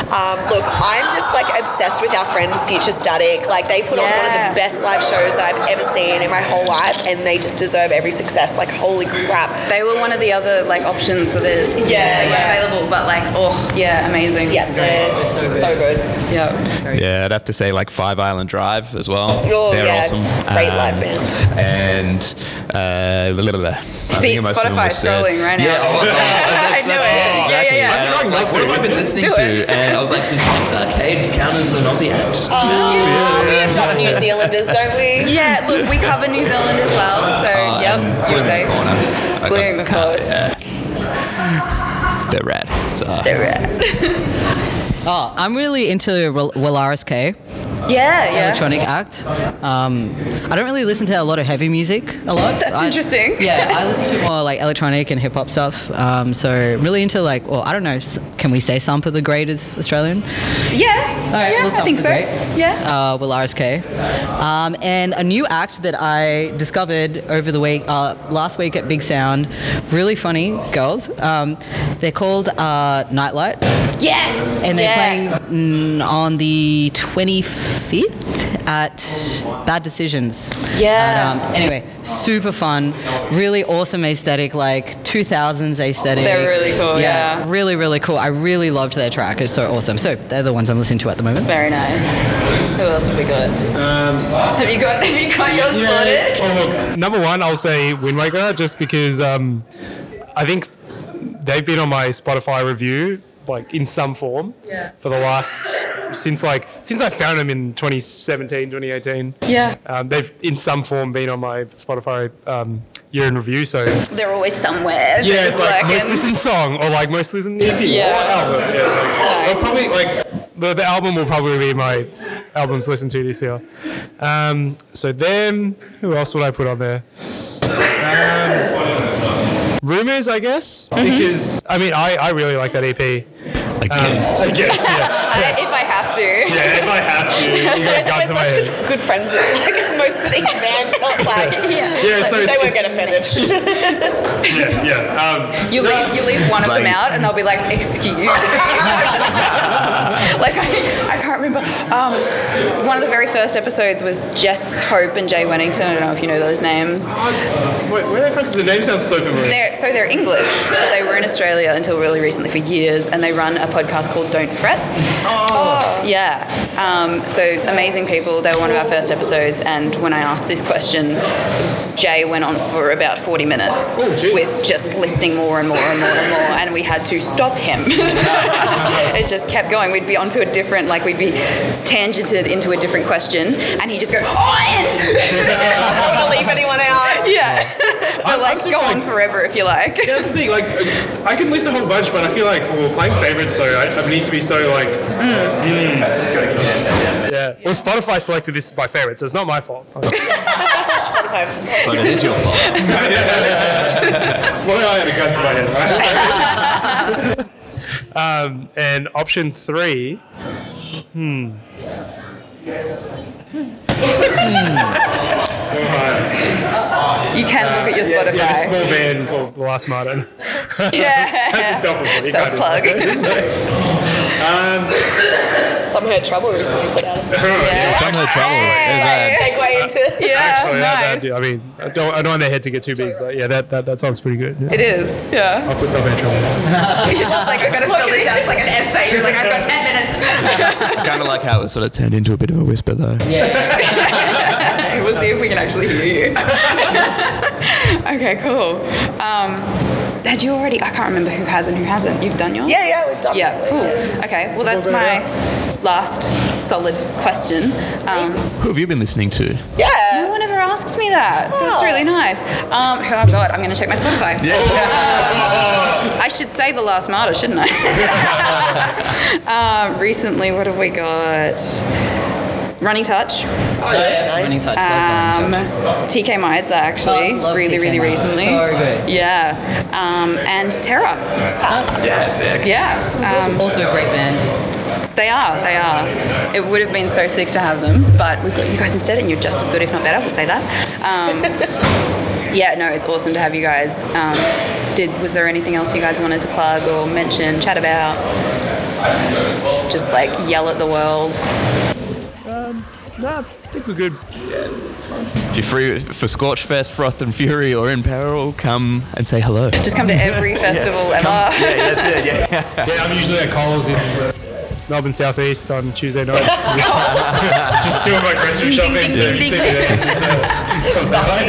Speaker 2: um, look, I'm just like obsessed with our friends Future Static. Like they put on one of
Speaker 1: Yeah.
Speaker 2: the best live shows that I've ever seen in my whole life, and they just deserve every success. Like holy crap.
Speaker 1: They were one of the other like options for this.
Speaker 2: Yeah,
Speaker 1: They were
Speaker 2: yeah.
Speaker 1: available, but like, oh, yeah, amazing.
Speaker 2: Yeah, they're so good.
Speaker 1: yeah.
Speaker 4: Yeah, I'd have to say like Five Island Drive as well.
Speaker 2: Oh,
Speaker 4: They're
Speaker 2: yeah.
Speaker 4: awesome. Um,
Speaker 2: Great live band.
Speaker 4: And uh, blah, blah, blah. I
Speaker 1: See,
Speaker 4: think most of them were
Speaker 1: Spotify's
Speaker 4: said-
Speaker 1: scrolling right now.
Speaker 4: Yeah,
Speaker 1: [LAUGHS]
Speaker 4: oh,
Speaker 1: I knew it. Yeah, yeah, yeah.
Speaker 4: I'm trying not to. What have I been listening
Speaker 1: Do it.
Speaker 4: to? And I was like, does James Arcade count as an Aussie act?
Speaker 2: Oh, we adopt New Zealanders, don't [LAUGHS] we?
Speaker 1: Yeah, look, we cover New Zealand as well, so
Speaker 4: Uh, and
Speaker 1: yep,
Speaker 4: Bloom
Speaker 1: you're
Speaker 4: in the
Speaker 1: safe.
Speaker 4: corner. Like,
Speaker 1: Bloom, of
Speaker 4: I can't-
Speaker 1: course.
Speaker 5: Uh,
Speaker 4: yeah. They're rad. So,
Speaker 5: Oh, I'm really into Wal- Walaris K.
Speaker 1: Yeah, yeah.
Speaker 5: electronic act. Um, I don't really listen to a lot of heavy music a lot.
Speaker 1: That's
Speaker 5: I-
Speaker 1: interesting.
Speaker 5: [LAUGHS] Yeah, I listen to more like electronic and hip hop stuff. Um, so really into like, well, I don't know. s- Can we say Sampa the Great is Australian?
Speaker 1: Yeah,
Speaker 5: All right,
Speaker 1: yeah,
Speaker 5: well,
Speaker 1: I think
Speaker 5: sounds
Speaker 1: so.
Speaker 5: great.
Speaker 1: Yeah.
Speaker 5: Uh, well, RSK. Um, and a new act that I discovered over the week, uh, last week at Big Sound. Really funny girls. Um, they're called uh, Nightlight,
Speaker 1: Yes.
Speaker 5: and they're
Speaker 1: yes.
Speaker 5: playing mm, on the 25th at Bad Decisions.
Speaker 1: Yeah.
Speaker 5: At, um, anyway, super fun. Really awesome aesthetic, like 2000s aesthetic.
Speaker 1: They're really cool, yeah.
Speaker 5: Really, really cool. I really loved their track. It's so awesome. So they're the ones I'm listening to at the moment.
Speaker 1: Very nice. Who else have we got?
Speaker 3: Um,
Speaker 1: have you got [LAUGHS] Have you got yours sorted?
Speaker 3: Oh, look, number one, I'll say Wind Waker just because um, I think they've been on my Spotify review like in some form for the last since like since I found them in 2017, 2018.
Speaker 1: Yeah.
Speaker 3: Um, they've in some form been on my Spotify um, year in review. So
Speaker 1: They're always somewhere.
Speaker 3: yeah, it's like most
Speaker 1: working.
Speaker 3: listened song or like most listened EP
Speaker 1: Yeah.
Speaker 3: E or album. Yeah, like,
Speaker 1: Nice.
Speaker 3: I'll probably like the, the album will probably be my albums listened to this year. Um, so them, who else would I put on there? Um, rumors, I guess,
Speaker 1: Mm-hmm.
Speaker 3: because I mean I, I really like that E EP.
Speaker 4: I guess.
Speaker 1: Um,
Speaker 3: I guess [LAUGHS] yeah.
Speaker 1: I, [LAUGHS] if I have to.
Speaker 3: yeah if I
Speaker 1: [LAUGHS]
Speaker 3: have to, you got
Speaker 2: We're
Speaker 3: guns in my
Speaker 2: such
Speaker 3: head.
Speaker 2: good, good friends with like [LAUGHS] most of these bands. So it's like,
Speaker 3: [LAUGHS] Yeah,
Speaker 2: like,
Speaker 3: so
Speaker 2: they
Speaker 3: it's-
Speaker 2: won't
Speaker 3: it's-
Speaker 2: get
Speaker 3: [LAUGHS]
Speaker 2: offended.
Speaker 3: Yeah, yeah. Um,
Speaker 1: You leave, you leave one of
Speaker 4: like-
Speaker 1: them out, and they'll be like, "Excuse." me." like I, I can't remember. Um, one of the very first episodes was Jess Hope and Jay Wennington. I don't know if you know those names.
Speaker 3: wait, where are they from? Because the name sounds so familiar.
Speaker 1: They're, so they're English, but they were in Australia until really recently for years, and they run a podcast called Don't Fret. Oh. Yeah. Um, so amazing people. They were one of our first episodes, and when I asked this question, Jay went on for about 40 minutes
Speaker 3: Oh, gee.
Speaker 1: with just listing more and more and more and more, and we had to stop him. [LAUGHS] it just kept going. We'd be onto a different, like we'd be tangented into a different question, and he'd just go, "Oh, [LAUGHS] and."
Speaker 2: Don't leave anyone out.
Speaker 1: yeah. [LAUGHS]
Speaker 3: I'm-
Speaker 1: But like,
Speaker 3: I'm
Speaker 1: go
Speaker 3: surprised-
Speaker 1: on forever if you like.
Speaker 3: Yeah, that's the thing. Like, I can list a whole bunch, but I feel like well, playing favorites though, I, I need to be so like. Mm, gotta keep it. yeah. Well, Spotify selected this as my favorite, so it's not my fault.
Speaker 2: Sometimes.
Speaker 4: But it is your fault.
Speaker 3: [LAUGHS] Spotify had a gun to my head. Right? [LAUGHS] um, and option three. Hmm. so hard.
Speaker 1: You can look at your
Speaker 3: Yeah,
Speaker 1: Spotify.
Speaker 3: yeah, this small band called The Last Martin. [LAUGHS] That's itself a plug. You can't do [LAUGHS]
Speaker 1: Self-plug.
Speaker 3: that. Sorry.
Speaker 2: Some heard trouble recently put out a song.
Speaker 4: Yeah, some of the trouble is that-
Speaker 2: Segue
Speaker 3: [LAUGHS]
Speaker 2: into
Speaker 1: Yeah, [LAUGHS]
Speaker 3: Actually, that- that-
Speaker 1: nice.
Speaker 3: I mean, I don't, I don't want their head to get too big, but yeah, that, that, that song's pretty good. Yeah.
Speaker 1: It is, yeah.
Speaker 3: I'll put something in trouble.
Speaker 1: You're just like, I've got to fill this out. It's like an essay. You're like, I've got 10 minutes.
Speaker 4: kind of like how it sort of turned into a bit of a whisper, though. Yeah.
Speaker 1: [LAUGHS] we'll see if we can actually hear you. [LAUGHS] okay, cool. Um, had you already? I can't remember who has and who hasn't. You've done yours?
Speaker 2: Yeah, yeah, we've done
Speaker 1: Yeah,
Speaker 2: it.
Speaker 1: cool. Okay, well, that's my last solid question. Um,
Speaker 4: Who have you been listening to?
Speaker 2: Yeah. Oh.
Speaker 1: no one ever asks me that. That's really nice. Um, oh God, I'm going to check my Spotify. Um, I should say the Last Martyr, shouldn't I? [LAUGHS] um, recently, what have we got? Running Touch.
Speaker 5: Running touch, love running
Speaker 1: Um,
Speaker 5: touch.
Speaker 1: TK Mides actually,
Speaker 5: Oh, love
Speaker 1: really,
Speaker 5: TK
Speaker 1: really
Speaker 5: Mides.
Speaker 1: recently.
Speaker 5: So good.
Speaker 1: Yeah, um, and Terra.
Speaker 10: Yeah, sick.
Speaker 1: Yeah, um,
Speaker 5: Also a great band.
Speaker 1: they are. They are. It would have been so sick to have them, but we've got you guys instead, and you're just as good, if not better. We'll say that. Um,
Speaker 10: [LAUGHS]
Speaker 1: yeah, no, it's awesome to have you guys. Um, did was there anything else you guys wanted to plug or mention, chat about? Just like yell at the world.
Speaker 3: Nah, I think we're good.
Speaker 4: If you're free for Scorchfest, Froth and Fury, or in peril, come and say hello.
Speaker 1: Just come
Speaker 10: [LAUGHS]
Speaker 1: to every festival ever.
Speaker 3: Yeah, I'm usually at Coles in Melbourne Southeast on Tuesday nights.
Speaker 1: [LAUGHS]
Speaker 3: Just doing my grocery shopping. so if you see me there, just, uh, come say hi.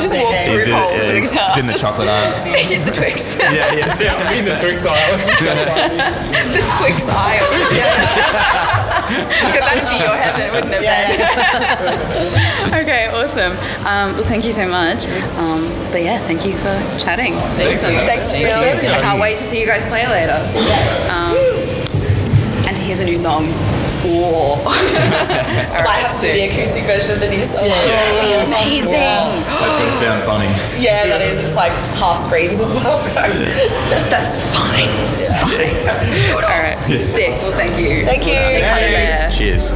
Speaker 1: [LAUGHS] Just walk through holes with a guitar.
Speaker 10: It's in the
Speaker 1: Just-
Speaker 10: chocolate aisle.
Speaker 1: Hit [LAUGHS] the Twix.
Speaker 10: Yeah, yeah.
Speaker 3: Yeah, I'm in the Twix
Speaker 4: [LAUGHS]
Speaker 3: aisle. Just don't mind me.
Speaker 1: [LAUGHS] the Twix aisle. Because that'd be your heaven, wouldn't it? Ben? [LAUGHS] okay, awesome. Um, well, thank you so much. Um, but yeah, thank you for chatting. awesome. Thanks, Jill. I can't wait to see you guys play later. Yes. Um, and to hear the new song. [LAUGHS] Whoa.
Speaker 2: I have to do the acoustic version of the new song.
Speaker 1: Amazing.
Speaker 10: That's going to sound funny.
Speaker 2: Yeah, that is. It's like half screams as well. So
Speaker 1: [GASPS] That's fine. It's fine. All right. Sick. Well, thank you.
Speaker 2: thank you.
Speaker 1: Yeah.
Speaker 10: Cheers.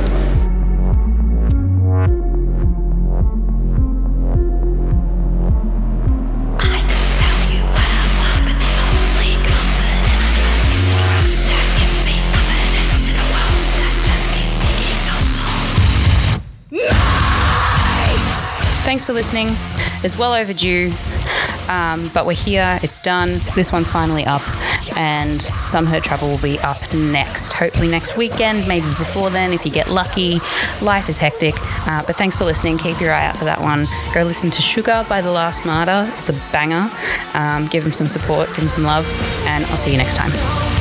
Speaker 6: I could tell you what I want, but the only comfort and I trust is a truth that gives me confidence in a world that just keeps getting no
Speaker 11: Thanks for listening. It's well overdue, um, but we're here. It's done. This one's finally up, and Some Hurt Trouble will be up next. Hopefully, next weekend, maybe before then, if you get lucky. Life is hectic, uh, but thanks for listening. Keep your eye out for that one. Go listen to Sugar by The Last Martyr. It's a banger. Um, give them some support, give them some love, and I'll see you next time.
Speaker 6: more.